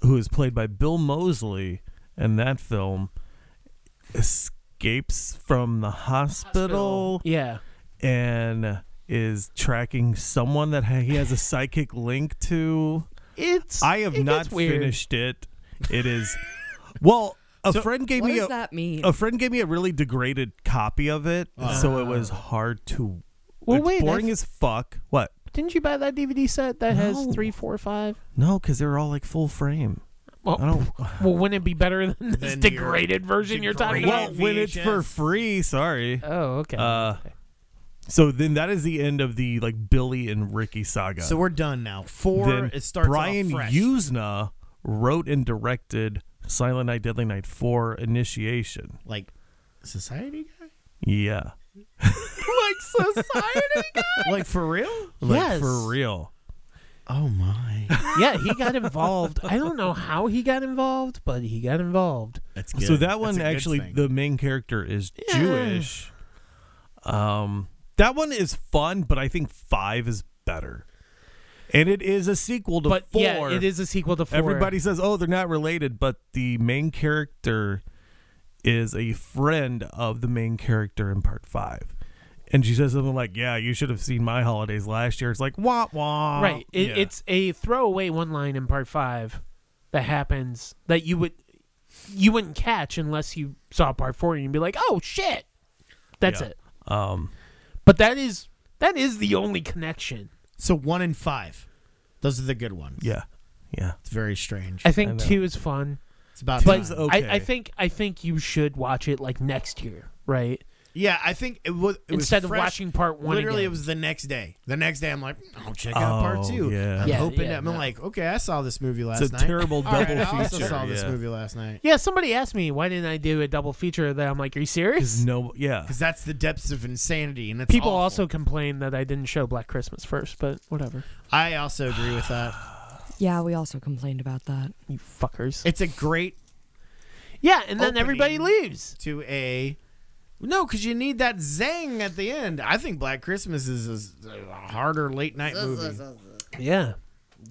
who is played by Bill Mosley in that film, escapes from the hospital,
Yeah.
and is tracking someone that ha- he has a psychic link to.
It's
I have
it
not
gets weird.
finished it. It is well. A friend gave
What
me
does
a,
that mean?
a friend gave me a really degraded copy of it, so it was hard to.
Ah. Well,
it's
wait,
boring
that's-
as fuck. What?
Didn't you buy that DVD set that has
No.
three, four, five?
No, because they were all like full frame.
Well,
I don't.
Well, wouldn't it be better than this
Than your
degraded version you're talking
degraded-
about?
well, when it's for
VHS.
free, sorry.
Oh, okay.
Uh, So then that is the end of the like Billy and Ricky saga.
So we're done now. Four.
then
it starts
Brian
off fresh.
Usna wrote and directed Silent Night Deadly Night 4 Initiation.
like society guy.
Yeah.
like society.
like for real?
Like
Yes.
for real.
Oh my.
yeah, he got involved. I don't know how he got involved, but he got involved.
That's good.
So that one actually the main character is
Yeah.
Jewish. Um that one is fun, but I think 5 is better. And it is a sequel to
But
4.
yeah, it is a sequel to four.
Everybody says, "Oh, they're not related," but the main character is a friend of the main character in part five, and she says something like, "Yeah, you should have seen my holidays last year." It's like wah wah.
right? It,
Uh, Yeah.
It's a throwaway one line in part five that happens that you would you wouldn't catch unless you saw part four and you'd be like, "Oh shit, that's
Yeah.
it."
um
But that is that is the only connection.
So one and five. Those are the good ones.
yeah yeah.
It's very strange.
I
I
think
know.
two is fun.
It's about
but
time.
okay.
I, I think I think you should watch it like next year, right?
Yeah, I think it was it was
Instead of
fresh.
watching part one
Literally,
again.
it was the next day. The next day, I'm like, oh, check out part
Oh,
two.
yeah.
I'm
Yeah,
hoping.
yeah,
I'm
no.
like, okay, I saw this movie last
It's a
night.
terrible
All right,
double
I also
feature,
saw this
yeah.
movie last night
Yeah, somebody asked me why didn't I do a double feature of that. I'm like, are you serious?
Because no, yeah.
because that's the depths of insanity, and it's
People
awful.
also complain that I didn't show Black Christmas first, but whatever.
I also agree with that.
Yeah, we also complained about that.
You fuckers.
It's a great
yeah, and then everybody
opening.
leaves.
to a no, because you need that zang at the end. I think Black Christmas is a, a harder late night movie.
Yeah.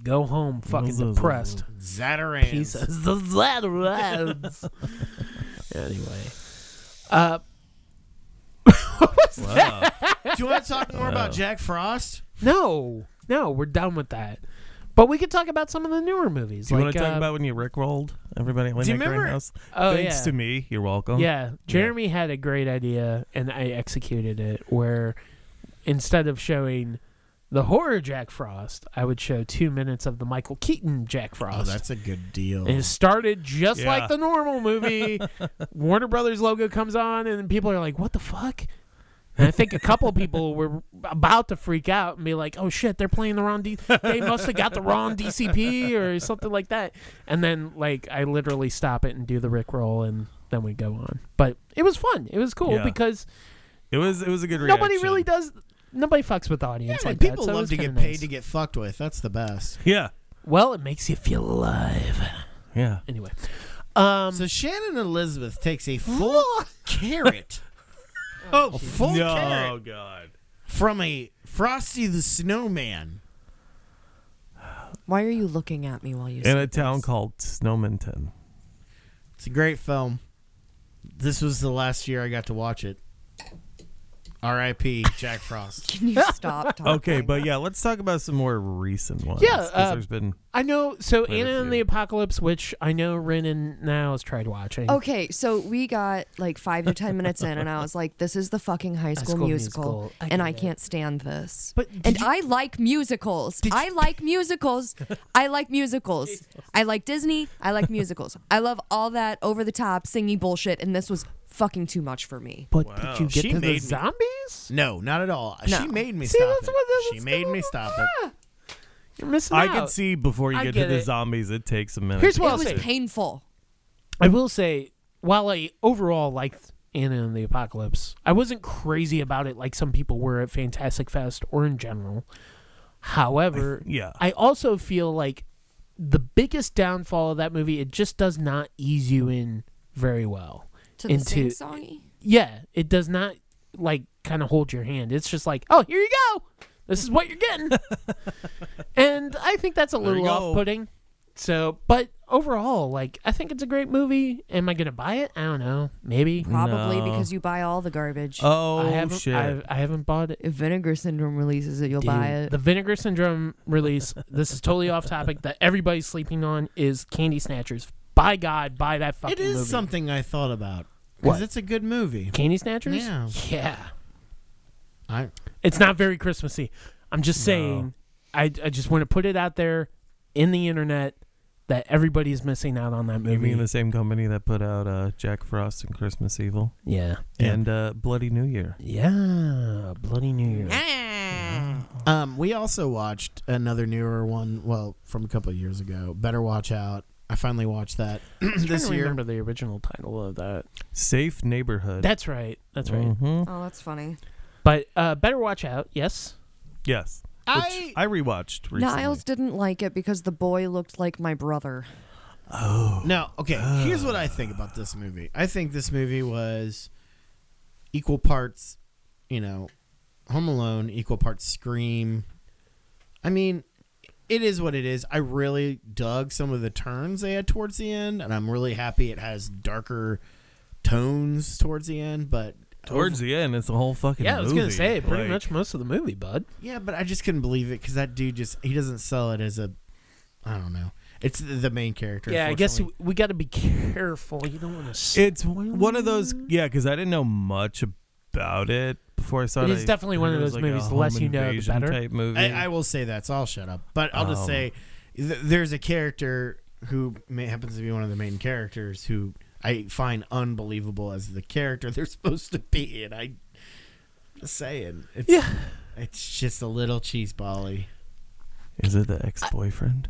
Go home fucking depressed.
Zatarans.
Pieces the Zatarans. anyway. Uh,
Wow.
Do you want to talk more
Oh.
about Jack Frost?
no. No, we're done with that. But we could talk about some of the newer movies.
Do you
like,
want to talk
uh,
about when you rickrolled everybody at
Do you
Lynette
remember-
Grindhouse?
Oh,
Thanks
yeah.
to me. You're welcome.
Yeah, Jeremy had a great idea, and I executed it. Where instead of showing the horror Jack Frost, I would show two minutes of the Michael Keaton
Oh,
Jack Frost.
Oh, a good deal.
and it started just
Yeah.
like the normal movie. Warner Brothers logo comes on, and people are like, "What the fuck?" And I think a couple people were about to freak out and be like, "Oh shit, they're playing the wrong D. They must have got the wrong DCP or something like that." And then like I literally stop it and do the Rick roll, and then we go on. But it was fun. It was cool
Yeah.
because
It was it was a good
nobody
reaction.
really does. Nobody fucks with the
yeah,
audience
man,
like that.
people
so it
love
was
to
kinda
get paid
nice.
to get fucked with. That's the best.
Yeah.
Well, it makes you feel alive.
Yeah.
Anyway, um,
So Shannon Elizabeth takes a full carrot. Oh, a full
Oh
carrot
God.
from a Frosty the Snowman.
Why are you looking at me while you
In
say
a town
this?
called Snowminton.
It's a great film. This was the last year I got to watch it. R.I.P. Jack Frost.
Can you stop talking?
Okay, but yeah, let's talk about some more recent ones.
Yeah,
'cause
uh,
there's been
I know. So
Quite a
Anna and
few.
the Apocalypse, which I know Rin and now has tried watching.
Okay, so we got like five to ten minutes in, and I was like, "This is the fucking High School,
School
Musical,"
Musical. I
and
get
I
it.
can't stand this.
But did
and
you-
I like musicals. I like musicals. I like musicals. I like Disney. I like musicals. I love all that over the top singing bullshit, and this was fucking too much for me.
But
Wow.
did you get
She
to the
made me-
zombies?
No, not at all.
No.
She made me
See,
stop
that's
it.
what- that's
she
what's
made me
going
stop
on.
it.
You're missing
I
out.
can see before you
I
get,
get
to the
it.
zombies it takes a minute.
Here's what
it
I'll
was
say.
painful.
I will say, while I overall liked Anna and the Apocalypse, I wasn't crazy about it like some people were at Fantastic Fest or in general. However,
I- yeah.
I also feel like the biggest downfall of that movie, it just does not ease you in very well.
To the
into
sing-songy?
yeah, it does not like kind of hold your hand. It's just like, oh, here you go. This is what you're getting. and I think that's a
There you
little
go.
off putting. So, but overall, like, I think it's a great movie. Am I going to buy it? I don't know. Maybe.
Probably
No.
because you buy all the garbage.
I
Oh
haven't,
shit.
I, I haven't bought it.
if Vinegar Syndrome releases it, you'll buy
Dude,
it.
The Vinegar Syndrome release, this is totally off topic, that everybody's sleeping on is Candy Snatchers. By God, buy that fucking
It is
movie.
something I thought about because
What?
it's a good movie.
Candy Snatchers?
Yeah.
Yeah.
I
It's not very Christmassy. I'm just saying. I, I just want to put it out there in the internet that everybody's missing out on that movie.
you mean the same company that put out uh, Jack Frost and Christmas Evil
yeah.
Yeah.
and uh, Bloody New Year?
Yeah. Bloody New Year.
um we also watched another newer one. Well, from a couple of years ago. Better watch out. I finally watched that this
I
year.
remember the original title of that.
Safe Neighborhood.
That's right. That's right.
Mhm.
Oh, that's funny.
But uh, better watch out. Yes.
Yes.
I-
Which I rewatched recently.
Niles didn't like it because the boy looked like my brother.
No, okay. Here's what I think about this movie. I think this movie was equal parts, you know, Home Alone, equal parts Scream. I mean, it is what it is. I really dug some of the turns they had towards the end, and I'm really happy it has darker tones towards the end. But
Towards the end, it's a whole fucking
Yeah, I was gonna
movie.
say pretty
Like,
much most of the movie, bud.
yeah, but I just couldn't believe it because that dude just he doesn't sell it as a, I don't know. It's the- the main character.
Yeah, I guess
unfortunately.
we, we got to be careful. You don't want to.
It's one of those, yeah, because I didn't know much about it before I saw
It
it.
is
I
definitely one
heard
of
it was
those
like
movies,
a
the less
home
you know, the
invasion
better.
Type movie.
I, I will say that, so I'll shut up. But I'll just
Um,
say th- there's a character who may, happens to be one of the main characters who I find unbelievable as the character they're supposed to be. And I, just saying, it's,
Yeah.
it's just a little cheese bally.
Is it the ex boyfriend?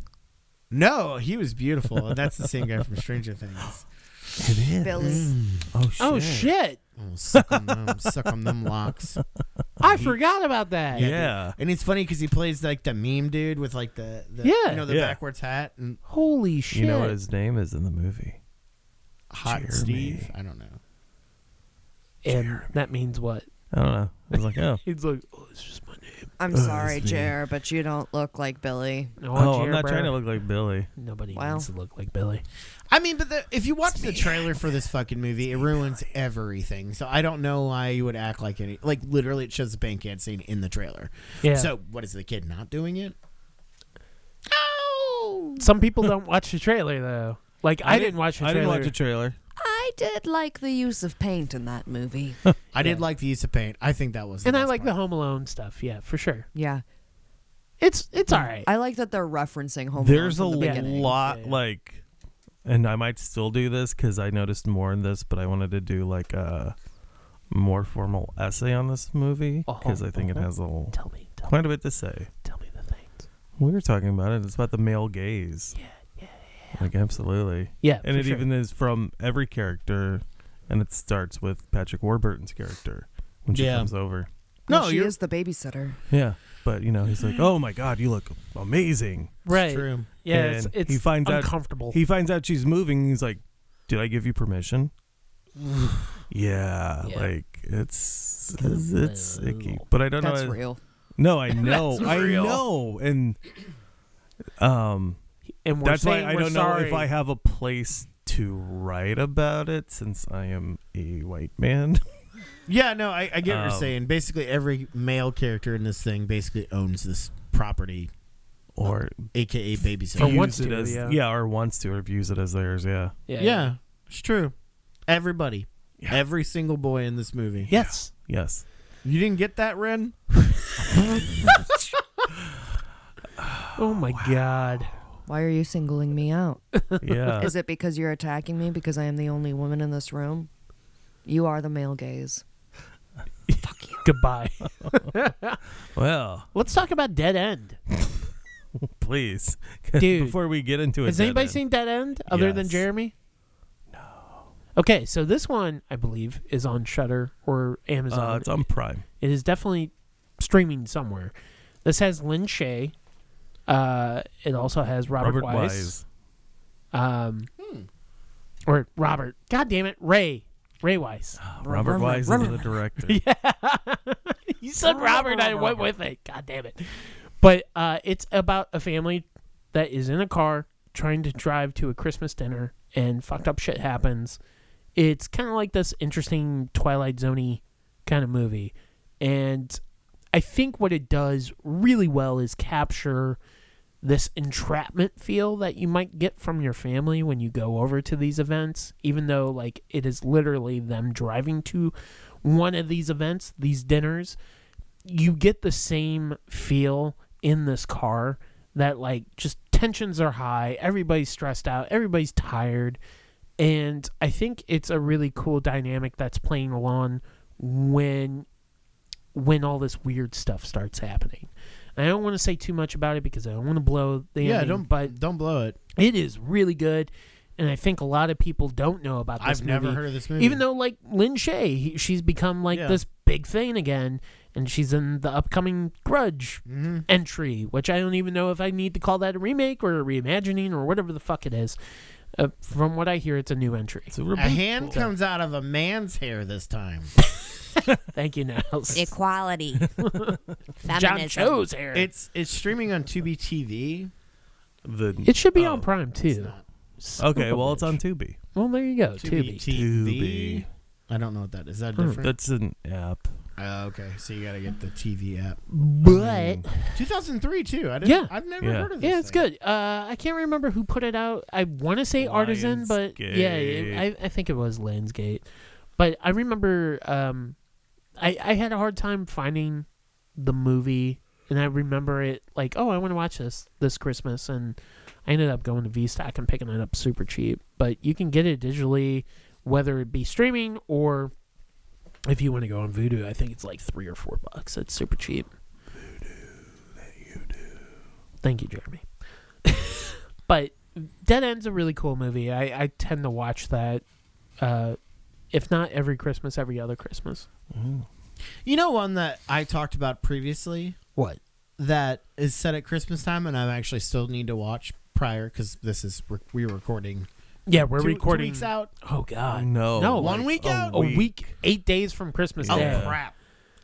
No, he was beautiful, and that's the same guy from Stranger Things.
It is.
Billy.
Oh shit.
Oh shit!
Oh, suck on them, suck on them locks.
I
He-
forgot about that.
Yeah.
Yeah.
And it's funny because he plays like the meme dude with like the, the
Yeah.
you know the
Yeah.
backwards hat and
Holy shit!
You know what his name is in the movie?
hot
Jeremy.
Steve. I don't know.
and that means what?
I don't know. I was like, oh,
He's like, oh, it's just my name.
I'm sorry, Jer, but you don't look like Billy.
No,
oh, I'm
Jer
not
Burr.
trying to look like Billy.
Nobody
Wow.
needs to look like Billy.
I mean, but the, if you watch the trailer for this fucking movie, it ruins everything. So I don't know why you would act like any. Like literally, it shows the bank ad scene in the trailer.
Yeah.
So what is the kid not doing it?
some people don't watch the trailer though. Like I, didn't, watch the
I
trailer.
didn't watch the trailer.
I did like the use of paint in that movie.
I did like the use of paint. I think that was.
and I
best
like the
part.
Home Alone stuff. Yeah, for sure.
yeah.
It's it's all right.
I like that they're referencing Home
There's a
Alone from the
Yeah.
beginning.
lot
Yeah.
like, and I might still do this because I noticed more in this, but I wanted to do like a more formal essay on this movie because
Uh-huh,
I think it
uh-huh.
has a l-
tell me, tell me,
quite a bit to say.
tell me the things.
We were talking about it. It's about the male gaze. Yeah, yeah, Like absolutely,
Yeah,
and
for
it
sure.
even is from every character, and it starts with Patrick Warburton's character when she
Yeah.
comes over.
Well,
No,
she
you're-
is the babysitter.
Yeah, but you know he's like, "Oh my God, you look amazing."
right.
True.
Yeah, it's,
And
it's
he finds out-
uncomfortable.
He finds out she's moving. He's like, "Did I give you permission?" yeah,
Yeah.
like it's
It's
it's,
kinda
icky.
little-
But I don't
That's
know.
real.
No, I know.
That's
I
real.
know, and um.
and we're
That's why
saying
I
we're
don't know
sorry.
if I have a place to write about it since I am a white man.
Yeah, no, I, I get
Um,
what
Oh.
you're saying. Basically, every male character in this thing basically owns this property,
or
aka babysitter.
Or
views
wants
it
to,
as-
yeah.
or wants to, or views it as theirs, yeah.
Yeah.
yeah, it's true. Everybody,
Yeah.
every single boy in this movie.
Yes.
Yes.
You didn't get that, Ren?
Oh my god.
Why are you singling me out?
Yeah.
Is it because you're attacking me because I am the only woman in this room? You are the male gaze.
Goodbye.
well,
Let's talk about Dead End.
please.
Dude.
Before we get into it.
Has anybody
then-
seen Dead End other than
Yes.
Jeremy? No. Okay, so this one I believe is on Shutter or Amazon.
Uh, it's on Prime.
It is definitely streaming somewhere. This has Lin Shay. Uh, it also has Robert,
Robert
Wise.
Wise.
Um, Or Robert. God damn it. Ray. Ray Wise.
Robert Wise is the director.
you said Robert. I went with it. God damn it. But uh, it's about a family that is in a car trying to drive to a Christmas dinner and fucked up shit happens. It's kind of like this interesting Twilight Zone kind of movie. And I think what it does really well is capture this entrapment feel that you might get from your family when you go over to these events, even though like it is literally them driving to one of these events, these dinners, you get the same feel in this car that like just tensions are high, everybody's stressed out, everybody's tired, and I think it's a really cool dynamic that's playing along when when all this weird stuff starts happening. I don't want to say too much about it because I don't want to blow the
yeah,
ending,
don't
but
don't blow it.
it is really good, and I think a lot of people don't know about this
I've never
movie.
heard of this movie.
Even though like Lin Shay, he, she's become like
Yeah.
this big thing again, and she's in the upcoming Grudge
Mhm.
entry, which I don't even know if I need to call that a remake or a reimagining or whatever the fuck it is. Uh, from what I hear, it's a new entry.
It's a
a
reboot.
hand comes out of a man's hair this time.
Thank you, Niles.
Equality.
John
Feminism.
Cho's hair.
It's it's streaming on Tubi TV.
The-
it should be
oh,
on Prime too. Son of
Okay,
a
well, it's
bitch.
on Tubi.
Well, there you go.
Tubi
Tubi.
TV. I don't know what that is. Is that
Hmm.
different?
That's an app.
Oh, okay, so you gotta get the TV app.
But
2003 too. I didn't,
Yeah.
I've never
Yeah.
heard of this.
Yeah, it's
thing.
good. Uh, I can't remember who put it out. I want to say Artisan, but yeah, it,
Lionsgate.
I, I think it was Lionsgate. But I remember um, I, I had a hard time finding the movie and I remember it like, oh, I want to watch this this Christmas, and I ended up going to VStock and picking it up super cheap. But you can get it digitally, whether it be streaming or if you want to go on Vudu. I think it's like three or four bucks. It's super cheap. Voodoo, Thank you, Jeremy. but Dead End's a really cool movie. I, I tend to watch that, uh, if not every Christmas, every other Christmas.
You know one that I talked about previously
What?
that is set at Christmas time, and I actually still need to watch prior because this is we're, we're recording.
Yeah, we're
two,
recording.
two weeks out.
Oh God,
No.
no,
One
like
week
a
out.
a week. eight days from Christmas
Oh
Day.
crap!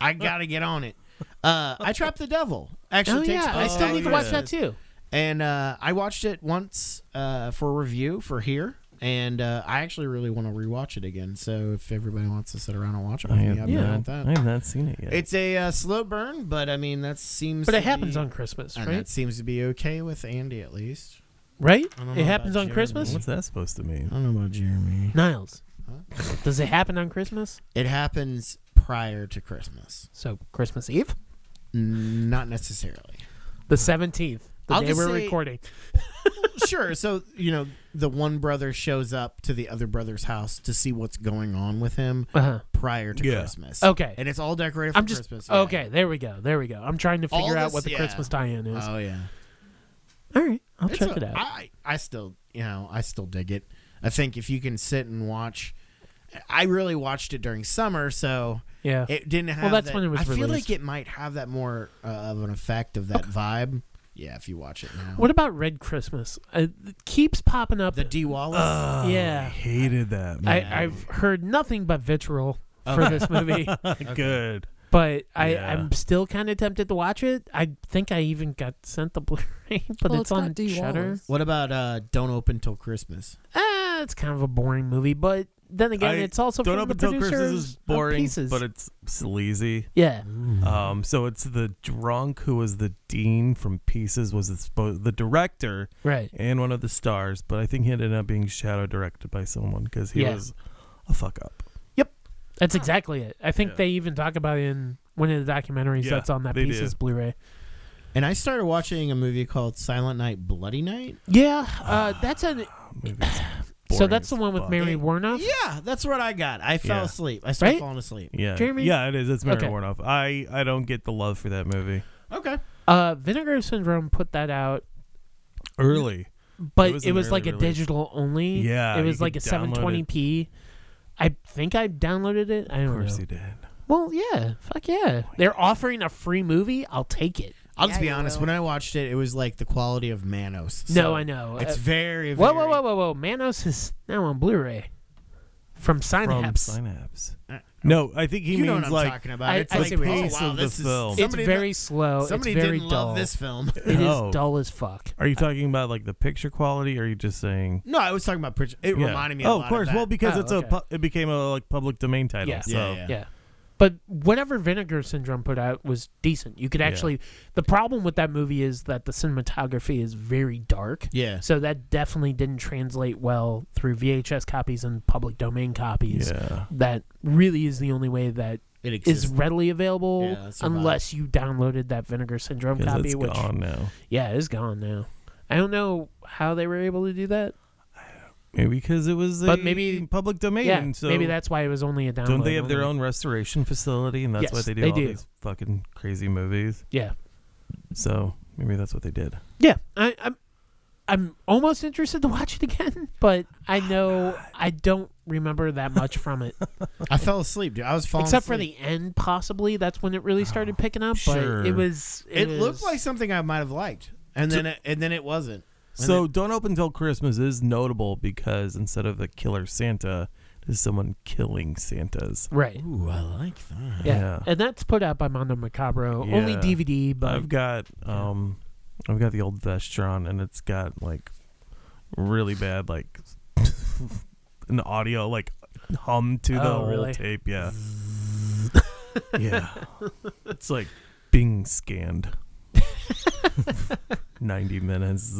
I gotta get on it. Uh, I trapped the devil. Actually,
Oh,
takes
yeah, I
place
still
at
need to watch
Christmas.
that too.
And uh, I watched it once uh, for review for here, and uh, I actually really want to rewatch it again. So if everybody wants to sit around and
Oh,
watch it,
I
with me,
have,
I'm down with
not,
that.
I have not seen it yet.
It's a uh, slow burn, but I mean that seems.
But
to
it happens
be,
on Christmas,
and
right?
that seems to be okay with Andy at least.
Right?
I don't know
It happens
about
on
you,
Christmas.
What's that supposed to mean?
I don't know about Jeremy.
Niles, does it happen on Christmas?
It happens prior to Christmas,
So Christmas Eve,
Mm, not necessarily.
the seventeenth, the
I'll
day
just
we're
say-
recording.
sure. So you know, the one brother shows up to the other brother's house to see what's going on with him
Uh-huh.
prior to
Yeah.
Christmas.
Okay.
and it's all decorated for
I'm just
Christmas. yeah.
okay. There we go. There we go. I'm trying to
All
figure out
this-
what the
yeah.
Christmas tie-in is.
Oh yeah,
All right, I'll
It's
check
a-
it out.
I I still you know I still dig it. I think if you can sit and watch, I really watched it during summer, so
yeah.
it didn't have.
that's
that-
when it was
I feel
released.
like it might have that more uh, of an effect of that vibe. Yeah, if you watch it now.
what about Red Christmas? Uh, it keeps popping up.
the D Wallace?
Uh,
Oh, I
yeah.
hated that.
I,
Man.
I've heard nothing but vitriol for this movie,
Good.
but I,
Oh. Yeah.
I'm still kind of tempted to watch it. I think I even got sent the Blu-ray, but
Well,
it's,
it's got
on
D.
Shutter.
Wallace.
what about uh, Don't Open Till Christmas?
Ah, it's kind of a boring movie, but then again,
I
it's also
Don't
from
Up
the
Until
producers
Christmas is
of
boring,
Pieces.
but it's sleazy.
yeah,
Um, so it's the drunk who was the dean from Pieces was the, spo- the director
right.
and one of the stars, but I think he ended up being shadow directed by someone because he
Yeah.
was a fuck up.
That's exactly it. I think
Yeah.
they even talk about it in one of the documentaries
Yeah,
that's on that
they
Pieces
do.
Blu-ray.
And I started watching a movie called Silent Night, Bloody Night.
Yeah, uh, that's an.
Movies.
So
boring
that's the
as
one with
fuck.
Mary Warnoff.
Yeah, that's what I got. I fell
Yeah.
asleep. I started
Right?
falling asleep.
Yeah,
Jeremy?
Yeah, it is. It's Mary
Okay.
Warnoff. I I don't get the love for that movie.
Okay.
Uh, Vinegar Syndrome put that out,
Early.
but it
It
was,
was an early
like a
release.
digital only.
Yeah,
it
you
was
could
like a
download it.
720p. I think I downloaded it. I
Of
don't
course
know.
he did.
Well, yeah, fuck yeah. They're offering a free movie. I'll take it.
I'll just
Yeah,
be
you
honest.
will.
When I watched it, it was like the quality of Manos.
no,
So
I know.
It's
Uh,
very, very.
whoa, whoa, whoa, whoa, whoa! Manos is now on Blu-ray from
From
Synapse.
Synapse.
Uh,
No, I think he
You know what
means
I'm
like
talking about.
I-
it's
I
like,
see
oh,
what you're saying.
wow,
of
this
the
is
film.
It's
somebody
very
did-
slow.
Somebody
it's very
didn't
dull.
love this film.
It is
No.
dull as fuck.
Are you talking about like the picture quality? Or are you just saying?
No, I was talking about. Pritch- It
Yeah.
reminded me. a
Oh,
lot
of course.
Of that.
well, because
Oh,
it's
okay.
a pu- it became a like public domain title.
Yeah.
So
Yeah,
Yeah. But whatever Vinegar Syndrome put out was decent. You could
Yeah.
actually. The problem with that movie is that the cinematography is very dark.
yeah.
So that definitely didn't translate well through VHS copies and public domain copies.
yeah.
That really is the only way that
It
is
exists.
readily available
Yeah, that's about it.
unless you downloaded that Vinegar Syndrome
'Cause
copy,
it's
which
gone now.
yeah, is gone now. I don't know how they were able to do that.
Maybe because it was
But
a
maybe-
public domain.
yeah,
so
maybe that's why it was only a download.
Don't they have their
only.
own restoration facility, and that's why
Yes,
they do
they
all
do.
these fucking crazy movies?
Yeah,
So maybe that's what they did.
yeah. I, I'm, I'm almost interested to watch it again, but I know I don't remember that much from it,
I fell asleep, dude. I was falling.
except for
asleep.
the end. Possibly that's when it really started picking up.
Sure.
But it was.
It, looked
was-
like something I might have liked, and then it, and then it wasn't. And
So don't open till Christmas is notable because instead of the killer Santa, there's someone killing Santas.
right.
Ooh, I like that.
Yeah.
yeah.
and that's put out by Mondo Macabro. Only
Yeah.
DVD, but
I've got um, I've got the old Vestron, and it's got like really bad like an audio like hum to the
Oh,
whole
really?
tape. Yeah, yeah. It's like being scanned. Ninety minutes.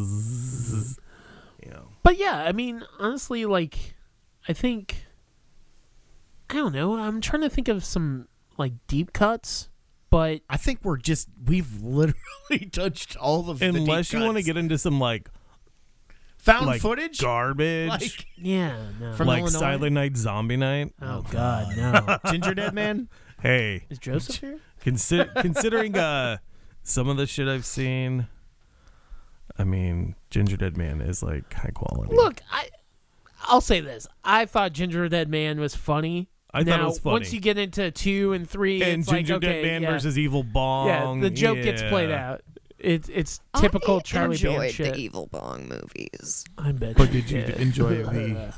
You know.
But yeah, I mean, honestly, like, I think, I don't know. I'm trying to think of some like deep cuts but
I think we're just we've literally touched all of the deep
Unless you want to
cuts.
get into some like
found
like
footage
garbage,
like
yeah, no.
From
like
Illinois?
Silent Night, Zombie Night.
oh God, no.
Ginger Dead Man.
Hey,
Is Joseph here?
consider considering uh some of the shit I've seen. I mean, Ginger Dead Man is like high quality.
Look, I I'll say this. I thought Ginger Dead Man was funny.
I
now,
thought it was funny.
Once you get into two and three,
and
it's
Ginger
like, okay,
Dead Man
yeah,
versus Evil Bong.
yeah, the joke gets played
yeah.
out. It's it's typical
I
Charlie
enjoyed
Band
the
shit.
Evil Bong movies.
I bet.
But did you
did.
enjoy the?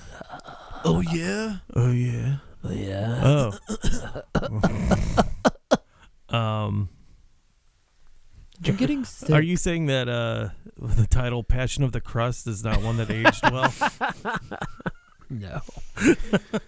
Oh yeah.
Oh yeah.
Yeah.
Oh. um.
You're getting sick.
Are you saying that uh, the title "Passion of the Crust" is not one that aged well?
No.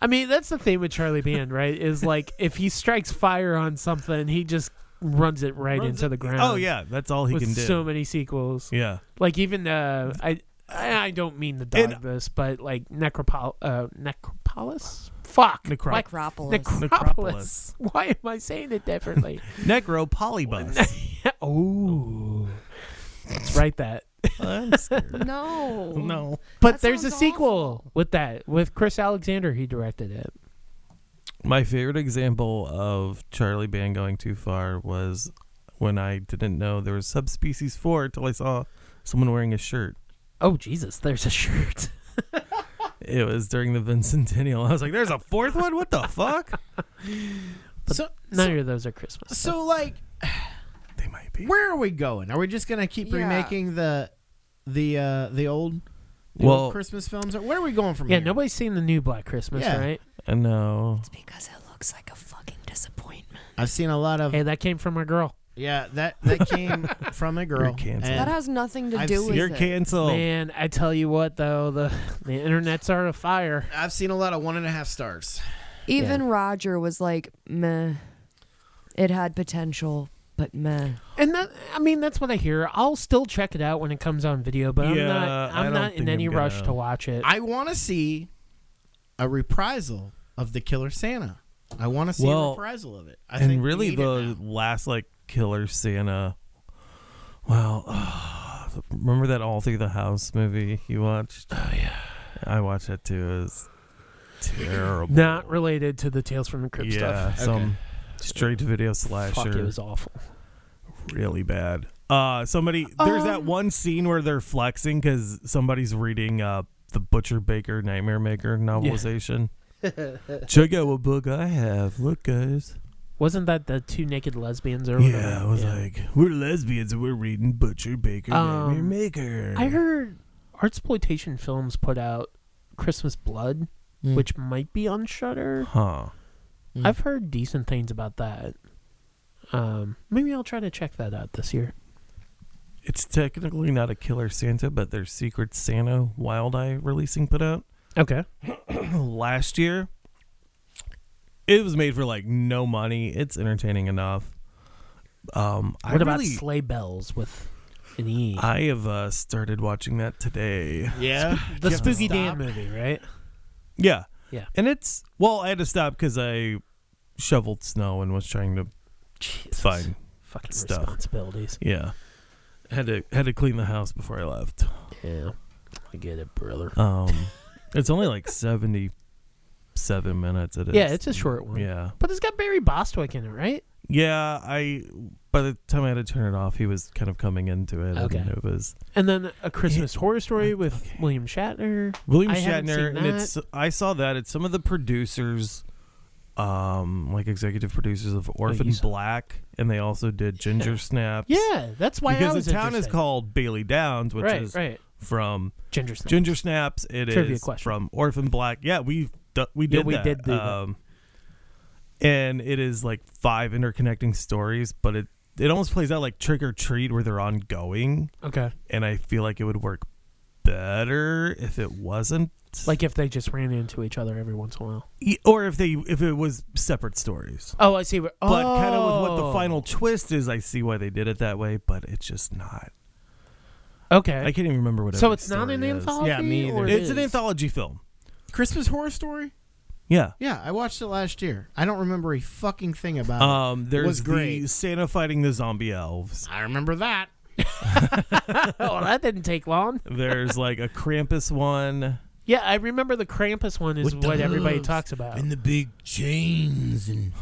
I mean, that's the thing with Charlie Band, right? Is like if he strikes fire on something, he just runs it right
Runs
into the ground.
Oh yeah, that's all he
with
can do.
so many sequels.
yeah,
Like even uh, I I I don't mean the dog
And-
this, but like Necropol uh, Necropolis. Fuck.
Necro-
Why-
Necropolis?
Necropolis.
Necropolis.
Why am I saying it differently?
necropolybus.
oh, let's write that.
I'm scared.
no.
no.
But
That
there's a
sounds
sequel with that with Chris Alexander. He directed it.
My favorite example of Charlie Band going too far was when I didn't know there was subspecies four until I saw someone wearing a shirt.
Oh Jesus, there's a shirt.
It was during the Vincentennial. I was like, "There's a fourth one? What the fuck?"
So
None of those are Christmas.
so like
They might be.
where are we going? Are we just gonna keep
Yeah.
remaking the the uh the old, the
Well-
old Christmas films? Or where are we going from
yeah,
here?
nobody's seen the new Black Christmas,
Yeah.
right?
I know.
It's because it looks like a fucking disappointment.
I've seen a lot of
Hey, that came from our girl.
yeah that that came from a girl.
canceled.
and
That has nothing to
I've
do
seen-
with
You're
it.
canceled.
Man, I tell you what though, the the internet's are afire.
I've seen a lot of one and a half stars.
Even Roger was like, meh. It had potential, but meh.
And that, I mean, that's what I hear. I'll still check it out when it comes on video, but I'm
Yeah,
not.
I
I'm
don't
not in
think
any
I'm
rush
gonna-
to watch it.
I want to see a reprisal of the Killer Santa. I want to see a
Well,
reprisal of it. I think
and
we
really,
need it
the
now.
last like killer Santa. Well, remember that All Through the House movie you watched? Oh yeah, I watched that too. It was terrible.
not related to the Tales from the Crypt
yeah,
stuff.
some straight to video slasher.
Fuck, it was awful.
really bad. Uh, somebody there's that one scene where they're flexing because somebody's reading uh the Butcher Baker Nightmare Maker novelization. Check out what book I have. Look, guys.
Wasn't that the two naked lesbians or whatever?
Yeah, I was like, we're lesbians and we're reading Butcher Baker Nightmare
Um,
Maker.
I heard art exploitation films put out Christmas Blood,
Mm.
which might be on Shutter.
Huh.
Mm.
I've heard decent things about that. Um, maybe I'll try to check that out this year.
It's technically not a killer Santa, but their Secret Santa Wild Eye releasing put out
Okay.
last year. It was made for like no money. It's entertaining enough. Um, I
What about
really-
Sleigh Bells with an E?
I have uh, started watching that today.
yeah
the
Jeff
Spooky
Stop.
Dan movie, right?
Yeah.
Yeah.
And it's well, I had to stop because I shoveled snow and was trying to
Jesus.
find.
Fucking
stuff.
responsibilities.
Yeah. Had to had to clean the house before I left.
Yeah. I get it, brother.
Um, it's only like seventy-seven minutes. It is.
Yeah, it's a short one.
Yeah,
But it's got Barry Bostwick in it, right?
yeah. I by the time I had to turn it off, he was kind of coming into it.
Okay.
and it was
And then A Christmas Horror Story with
okay.
William Shatner.
William
I haven't
Shatner,
seen
and it's I saw that. It's some of the producers, um, like executive producers of Orphan
saw-
Black, and they also did Ginger Snaps.
Yeah, that's why I
because
was
the town is
interested.
called Bailey Downs, which
right,
is
right.
from
Ginger Snaps.
Ginger Snaps. It is
Trivia question.
from Orphan Black. Yeah, we've d- we
Yeah,
did
we
that.
did do that.
um, And it is like five interconnecting stories, but it it almost plays out like Trick or Treat, where they're ongoing.
Okay.
And I feel like it would work better if it wasn't
Like if they just ran into each other every once in a while.
Y- or if they if it was separate stories.
Oh, I see. But
But kind of with
Oh.
what the final twist is, I see why they did it that way, but it's just not.
Oh. Okay.
I can't even remember what.
so
every
it's not
story
an
is.
anthology.
Yeah, me either.
or it
It's an
is?
anthology film.
Christmas Horror Story.
Yeah.
Yeah, I watched it last year. I don't remember a fucking thing about
Um,
Uh-huh. it.
there's
was great.
the Santa fighting the zombie elves.
I remember that.
oh, that didn't take long.
There's like a Krampus one.
Yeah, I remember the Krampus one is
With the
what everybody
hooves
talks about.
the big chains and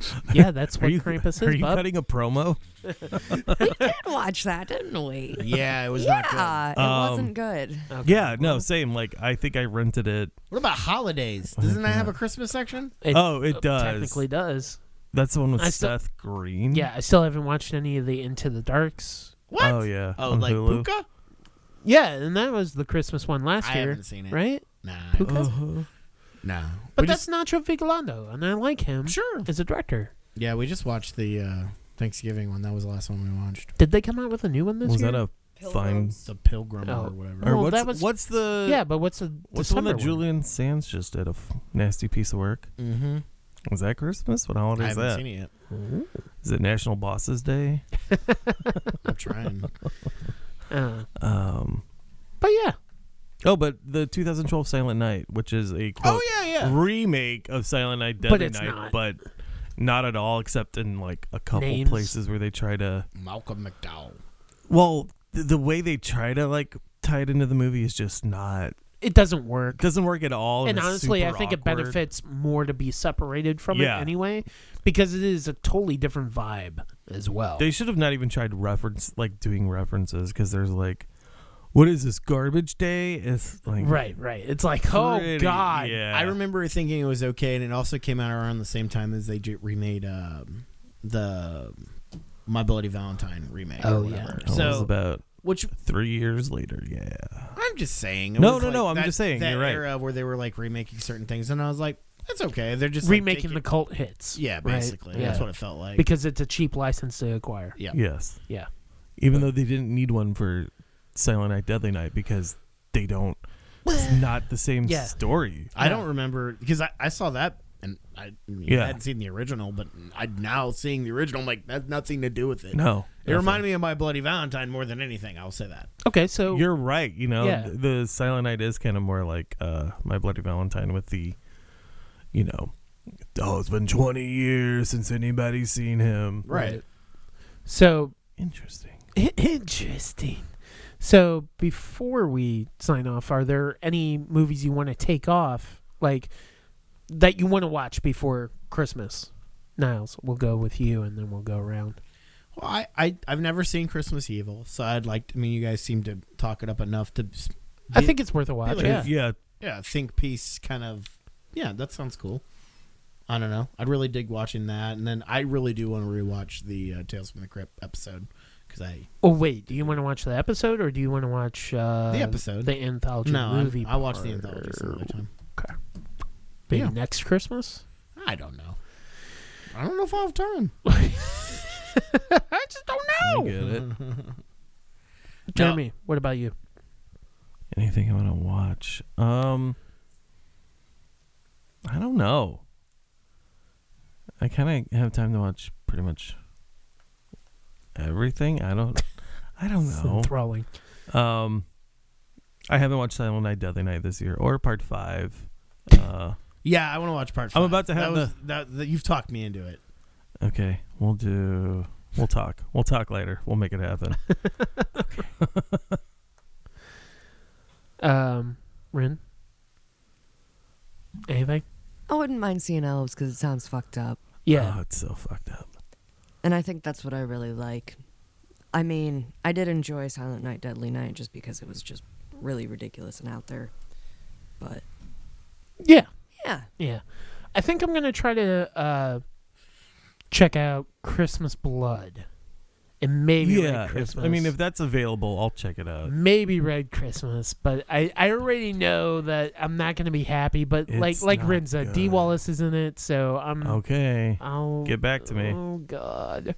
yeah, that's
Are
what
you,
Krampus
are
is,
you
bub.
cutting a promo?
did watch that, didn't we?
yeah, it was not good.
Yeah, it
Um,
wasn't good.
Yeah, no, same. Like I think I rented it.
What about holidays? Doesn't that have a Christmas section?
It
oh, it does.
technically does.
That's the one with
I still-
Seth Green.
Yeah, I still haven't watched any of the Into the Darks.
What?
Oh yeah.
Oh,
on
like
Hulu.
Puka?
Yeah, and that was the Christmas one last
I
year,
haven't seen it.
right?
Nah,
Puka?
nah.
But
We
that's Nacho Vigalondo, and I like him
just, sure.
as a director.
Yeah, we just watched the uh, Thanksgiving one. That was the last one we watched.
Did they come out with a new one this
Was
year?
that a fine?
The Pilgrim
Oh.
or whatever.
Well,
Or what's,
that was-
what's the
yeah, but what's the
What's the
December
one that Julian Sands just did? A f- nasty piece of work.
Mm-hmm.
Is that Christmas? What
I
holiday is
haven't
that?
seen it yet.
Is it National Bosses Day?
I'm trying.
Uh,
Um.
but yeah,
Oh, but the 2012 Silent Night, which is a quote
oh yeah, yeah.
remake of Silent Night, Deadly
But it's
Night,
not.
but not at all, except in like a couple
Names.
places where they try to.
Malcolm McDowell.
Well, th- the way they try to like tie it into the movie is just not
it doesn't work.
doesn't work at all.
and
it's
honestly, I
Oh, super
think it
awkward.
benefits more to be separated from
Yeah.
it anyway, because it is a totally different vibe as well.
They should have not even tried reference like doing references because there's like, what is this garbage day? It's like
right, right. It's like, oh
pretty-
god,
yeah.
I remember thinking it was okay, and it also came out around the same time as they j- remade um, the My Bloody Valentine remake.
Oh,
or
yeah.
whatever.
That was
So,
about
which
three years later. Yeah,
I'm just saying. it
No,
was
no, no,
like
I'm
that-
just saying,
That
you're right.
era where they were like remaking certain things, and I was like, that's okay. They're just like,
remaking
taking-
the cult hits.
yeah,
right?
basically. That's what it felt like.
because it's a cheap license to acquire.
yeah.
yes,
Yeah.
even though they didn't need one for Silent Night, Deadly Night because they don't. It's not the same
Yeah.
story.
I don't remember because I, I saw that and I, yeah.
Yeah.
I hadn't seen the original, but I now seeing the original, I'm like that's nothing to do with it.
No,
it reminded me of my Bloody Valentine more than anything. I'll say that.
Okay, so
You're right. You know,
Yeah.
th- the Silent Night is kind of more like uh, My Bloody Valentine with the, you know, oh, it's been 20 years since anybody's seen him.
Right. so
Interesting.
Interesting. So before we sign off, are there any movies you want to take off, like that you want to watch before Christmas? Niles, we'll go with you, and then we'll go around.
Well, I, I I've never seen Christmas Evil, so I'd like. To, I mean, you guys seem to talk it up enough to, s-
I think it's worth a watch.
like-
Yeah.
Yeah.
yeah, think piece kind of. Yeah, that sounds cool. I don't know. I'd really dig watching that, and then I really do want to rewatch the uh, Tales from the Crypt episode because I
Oh wait, do you want to watch the episode or do you want to watch uh,
The episode.
the anthology
no,
movie?
I, I watched the
part?
anthology some other time.
Maybe
Yeah.
next Christmas.
I don't know. I don't know if I'll have time.
I get it.
Jeremy, what about you?
Anything I want to watch? Um, I don't know. I kind of have time to watch pretty much everything. I don't. I don't
It's
know.
enthralling.
Um, I haven't watched Silent Night Deadly Night this year or Part Five. Uh,
Yeah, I want to watch part. Five.
I'm about to have
that was, that, that. You've talked me into it.
okay, we'll do. We'll talk. We'll talk later. We'll make it happen.
Um, Rin, anything?
I wouldn't mind seeing elves because it sounds fucked up,
Yeah.
Oh, it's so fucked up.
and I think that's what I really like. I mean, I did enjoy Silent Night, Deadly Night just because it was just really ridiculous and out there. But
yeah.
yeah,
Yeah. I think I'm going to try to uh, check out Christmas Blood. And maybe
yeah.
Red
If,
Christmas.
I mean, if that's available, I'll check it out.
maybe Red Christmas, but I, I already know that I'm not going to be happy, but like
It's
like
not
Rinza, D
good.
Wallace is in it, so I'm
Okay.
I'll
Get back to me.
Oh god.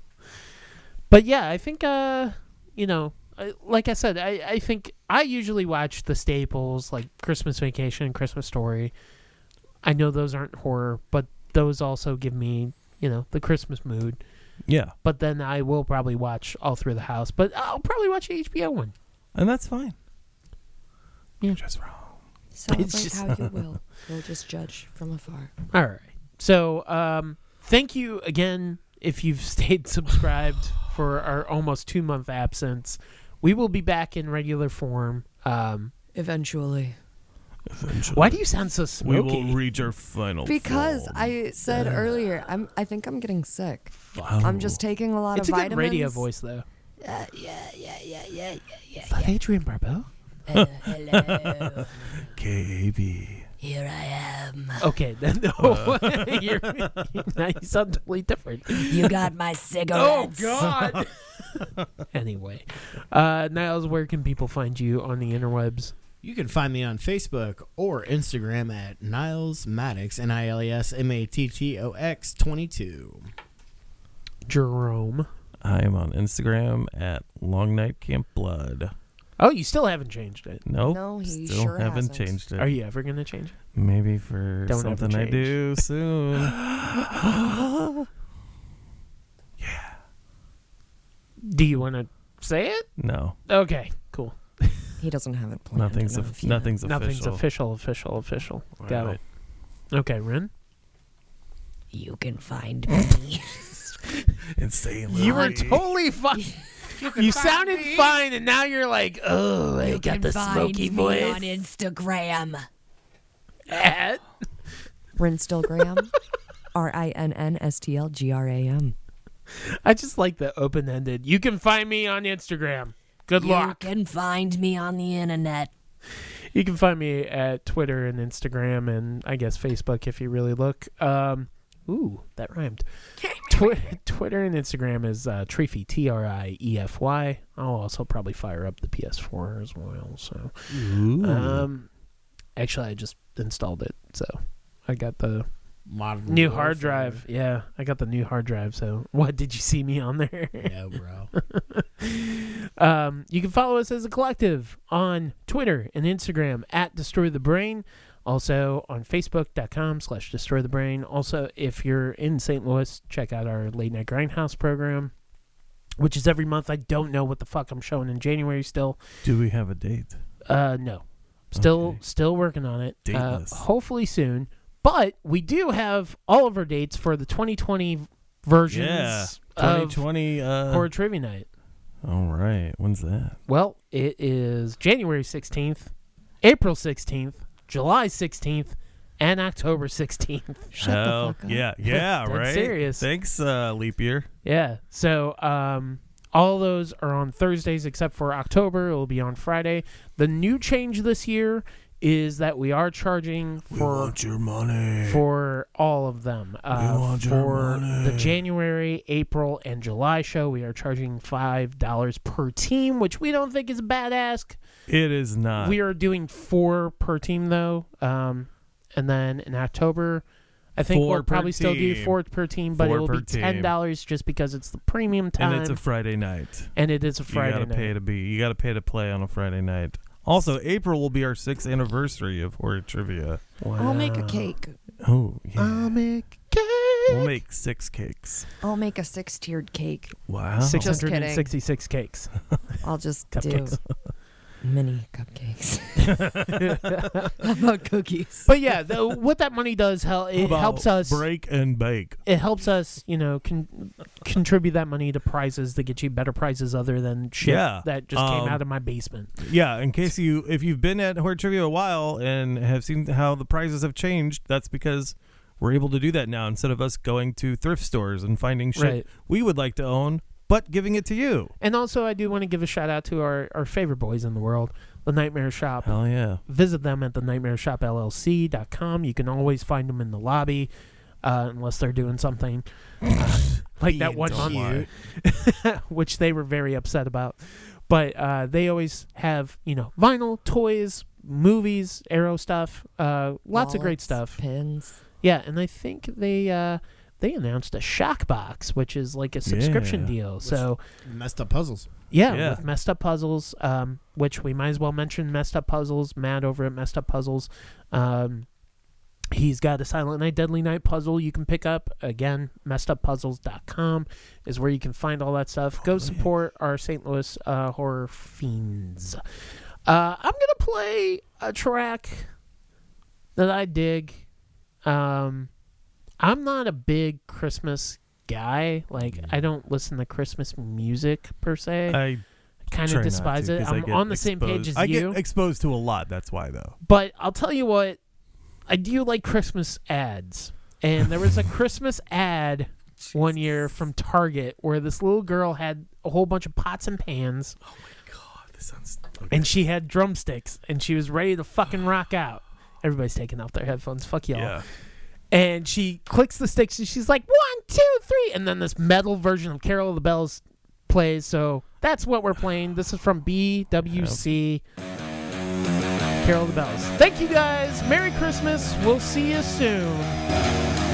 But yeah, I think uh you know, I, like I said, I I think I usually watch the staples like Christmas Vacation, Christmas Story. I know those aren't horror, but those also give me, you know, the Christmas mood.
Yeah,
But then I will probably watch all through the house, but I'll probably watch the HBO one.
and that's fine.
Yeah.
You're just wrong.
Celebrate
just-
how you will. We'll just judge from afar.
All right. So, um, thank you again if you've stayed subscribed for our almost two month absence. We will be back in regular form. Um,
Eventually.
why do you sound so
We
smoky?
will reach our final.
Because
form.
I said earlier, I'm. I think I'm getting sick.
Oh.
I'm just taking a lot
it's a
of
good
vitamins.
radio voice, though.
Uh, yeah, yeah, yeah, yeah, yeah,
Is that Adrian Barbeau?
yeah. Hello, hello.
KB.
Here I am.
Okay, then no.
Uh.
you're, now you sound totally different. Oh,
You got my cigarettes.
God. anyway, uh, Niles, where can people find you on the interwebs?
You can find me on Facebook or Instagram at Niles Maddox, N I L E S M A T T O X 22.
Jerome.
I am on Instagram at Long Night Camp Blood.
Oh, you still haven't changed it.
Nope.
No, he
still
sure
haven't
hasn't.
changed it.
Are you ever gonna change it?
Maybe for
Don't ever
something I
change.
do soon.
Do you want to say it?
no,
Okay, cool.
He doesn't have it planned.
nothing's
I don't know
of
if you-
nothing's official.
Nothing's official, official, official.
All
Got
right.
it. Okay, Ren.
You can find me.
And Saint
You were
Louis.
totally fine. You sounded fine, and now you're like, oh, I
you
got
can
the
find
smoky
me on
voice.
Instagram.
At-
Rinstillgram. R I N N S T L G R A M.
I just like the open-ended. You can find me on Instagram. Good
You
luck.
can find me on the internet.
You can find me at Twitter and Instagram and I guess Facebook if you really look. Um, ooh, that rhymed. Twi- Twitter and Instagram is uh, Trify T R I E F Y. I'll also probably fire up the PS4 as well. So, um, actually, I just installed it, so I got the
Modern
new hard
Warfare.
drive. Yeah, I got the new hard drive. So, what did you see me on there?
Yeah, bro.
Um, you can follow us as a collective on Twitter and Instagram at Destroy the Brain. Also on Facebook.com slash Destroy the Brain. Also, if you're in St. Louis, check out our Late Night Grindhouse program, which is every month. I don't know what the fuck I'm showing in January still.
Do we have a date?
Uh, no. Still,
Okay.
still working on it. Uh,
Dateless.
hopefully soon. But we do have all of our dates for the 2020 versions
Yeah,
of
2020. Uh,
Horror Trivia Night.
all right. When's that?
Well, it is January 16th, April 16th, July 16th, and October 16th.
Shut
Hell,
the fuck up.
Yeah, yeah,
That's
right.
serious.
Thanks, uh, leap year.
Yeah. So, um, all those are on Thursdays except for October. It will be on Friday. The new change this year is that we are charging for
your money.
for all of them. Uh,
want your
for the
money.
January, April, and July show, we are charging five dollars per team, which we don't think is a bad ask.
It is not.
we are doing four per team though um and then in october i think we
Four
we'll
per
probably still do
team.
four per team but
Four
it will
per
be ten dollars just because it's the premium time
and it's a Friday night.
and it is a friday
you gotta
night
pay to be. You gotta pay to play on a Friday night. Also, April will be our sixth anniversary of horror trivia.
Wow.
I'll make a cake.
Oh yeah.
i'll make cake
we'll make six cakes.
I'll make a six tiered cake.
Wow.
Just kidding.
666 cakes
I'll just do
cupcakes
mini cupcakes. How about cookies?
but yeah the, what that money does hel-
How
it
about
helps us
break and bake.
it helps us you know con- contribute that money to prizes that get you better prizes other than shit
Yeah.
that just
Um,
came out of my basement
Yeah, in case you if you've been at Horror Trivia a while and have seen how the prizes have changed, that's because we're able to do that now instead of us going to thrift stores and finding shit
Right.
we would like to own, but giving it to you.
And also, I do want to give a shout out to our, our favorite boys in the world, the Nightmare Shop.
Hell yeah.
Visit them at the nightmareshopllc.com. You can always find them in the lobby, uh, unless they're doing something uh, like that
Being
one
dumb.
month, which they were very upset about. But uh, they always have, you know, vinyl, toys, movies, arrow stuff, uh, lots of great
Wallets,
stuff.
Pins.
Yeah, and I think they uh, they announced a shock box, which is like a subscription
Yeah.
deal. So
Messed up puzzles.
yeah,
Yeah.
with messed up puzzles, um, which we might as well mention. Messed up puzzles. Matt over at messed up puzzles. Um, he's got a Silent Night, Deadly Night puzzle you can pick up. Again, messeduppuzzles.com is where you can find all that stuff. Go support our St. Louis uh, horror fiends. Uh, I'm gonna play a track that I dig. Um, I'm not a big Christmas guy. Like, I don't listen to Christmas music per se. I
I
kind
try
of
not
despise
to,
it.
'cause I
I'm
get
on the same page
exposed-
as
I
you.
get exposed to a lot. That's why, though.
But I'll tell you what, I do like Christmas ads. And there was a Christmas ad one year from Target where this little girl had a whole bunch of pots and pans
Oh This sounds.
and she had drumsticks and she was ready to fucking rock out. Everybody's taking off their headphones. Fuck y'all.
Yeah.
And she clicks the sticks and she's like, one, two, three. And then this metal version of Carol of the Bells plays. So that's what we're playing. This is from BWC. Carol of the Bells. Thank you guys. Merry Christmas. We'll see you soon.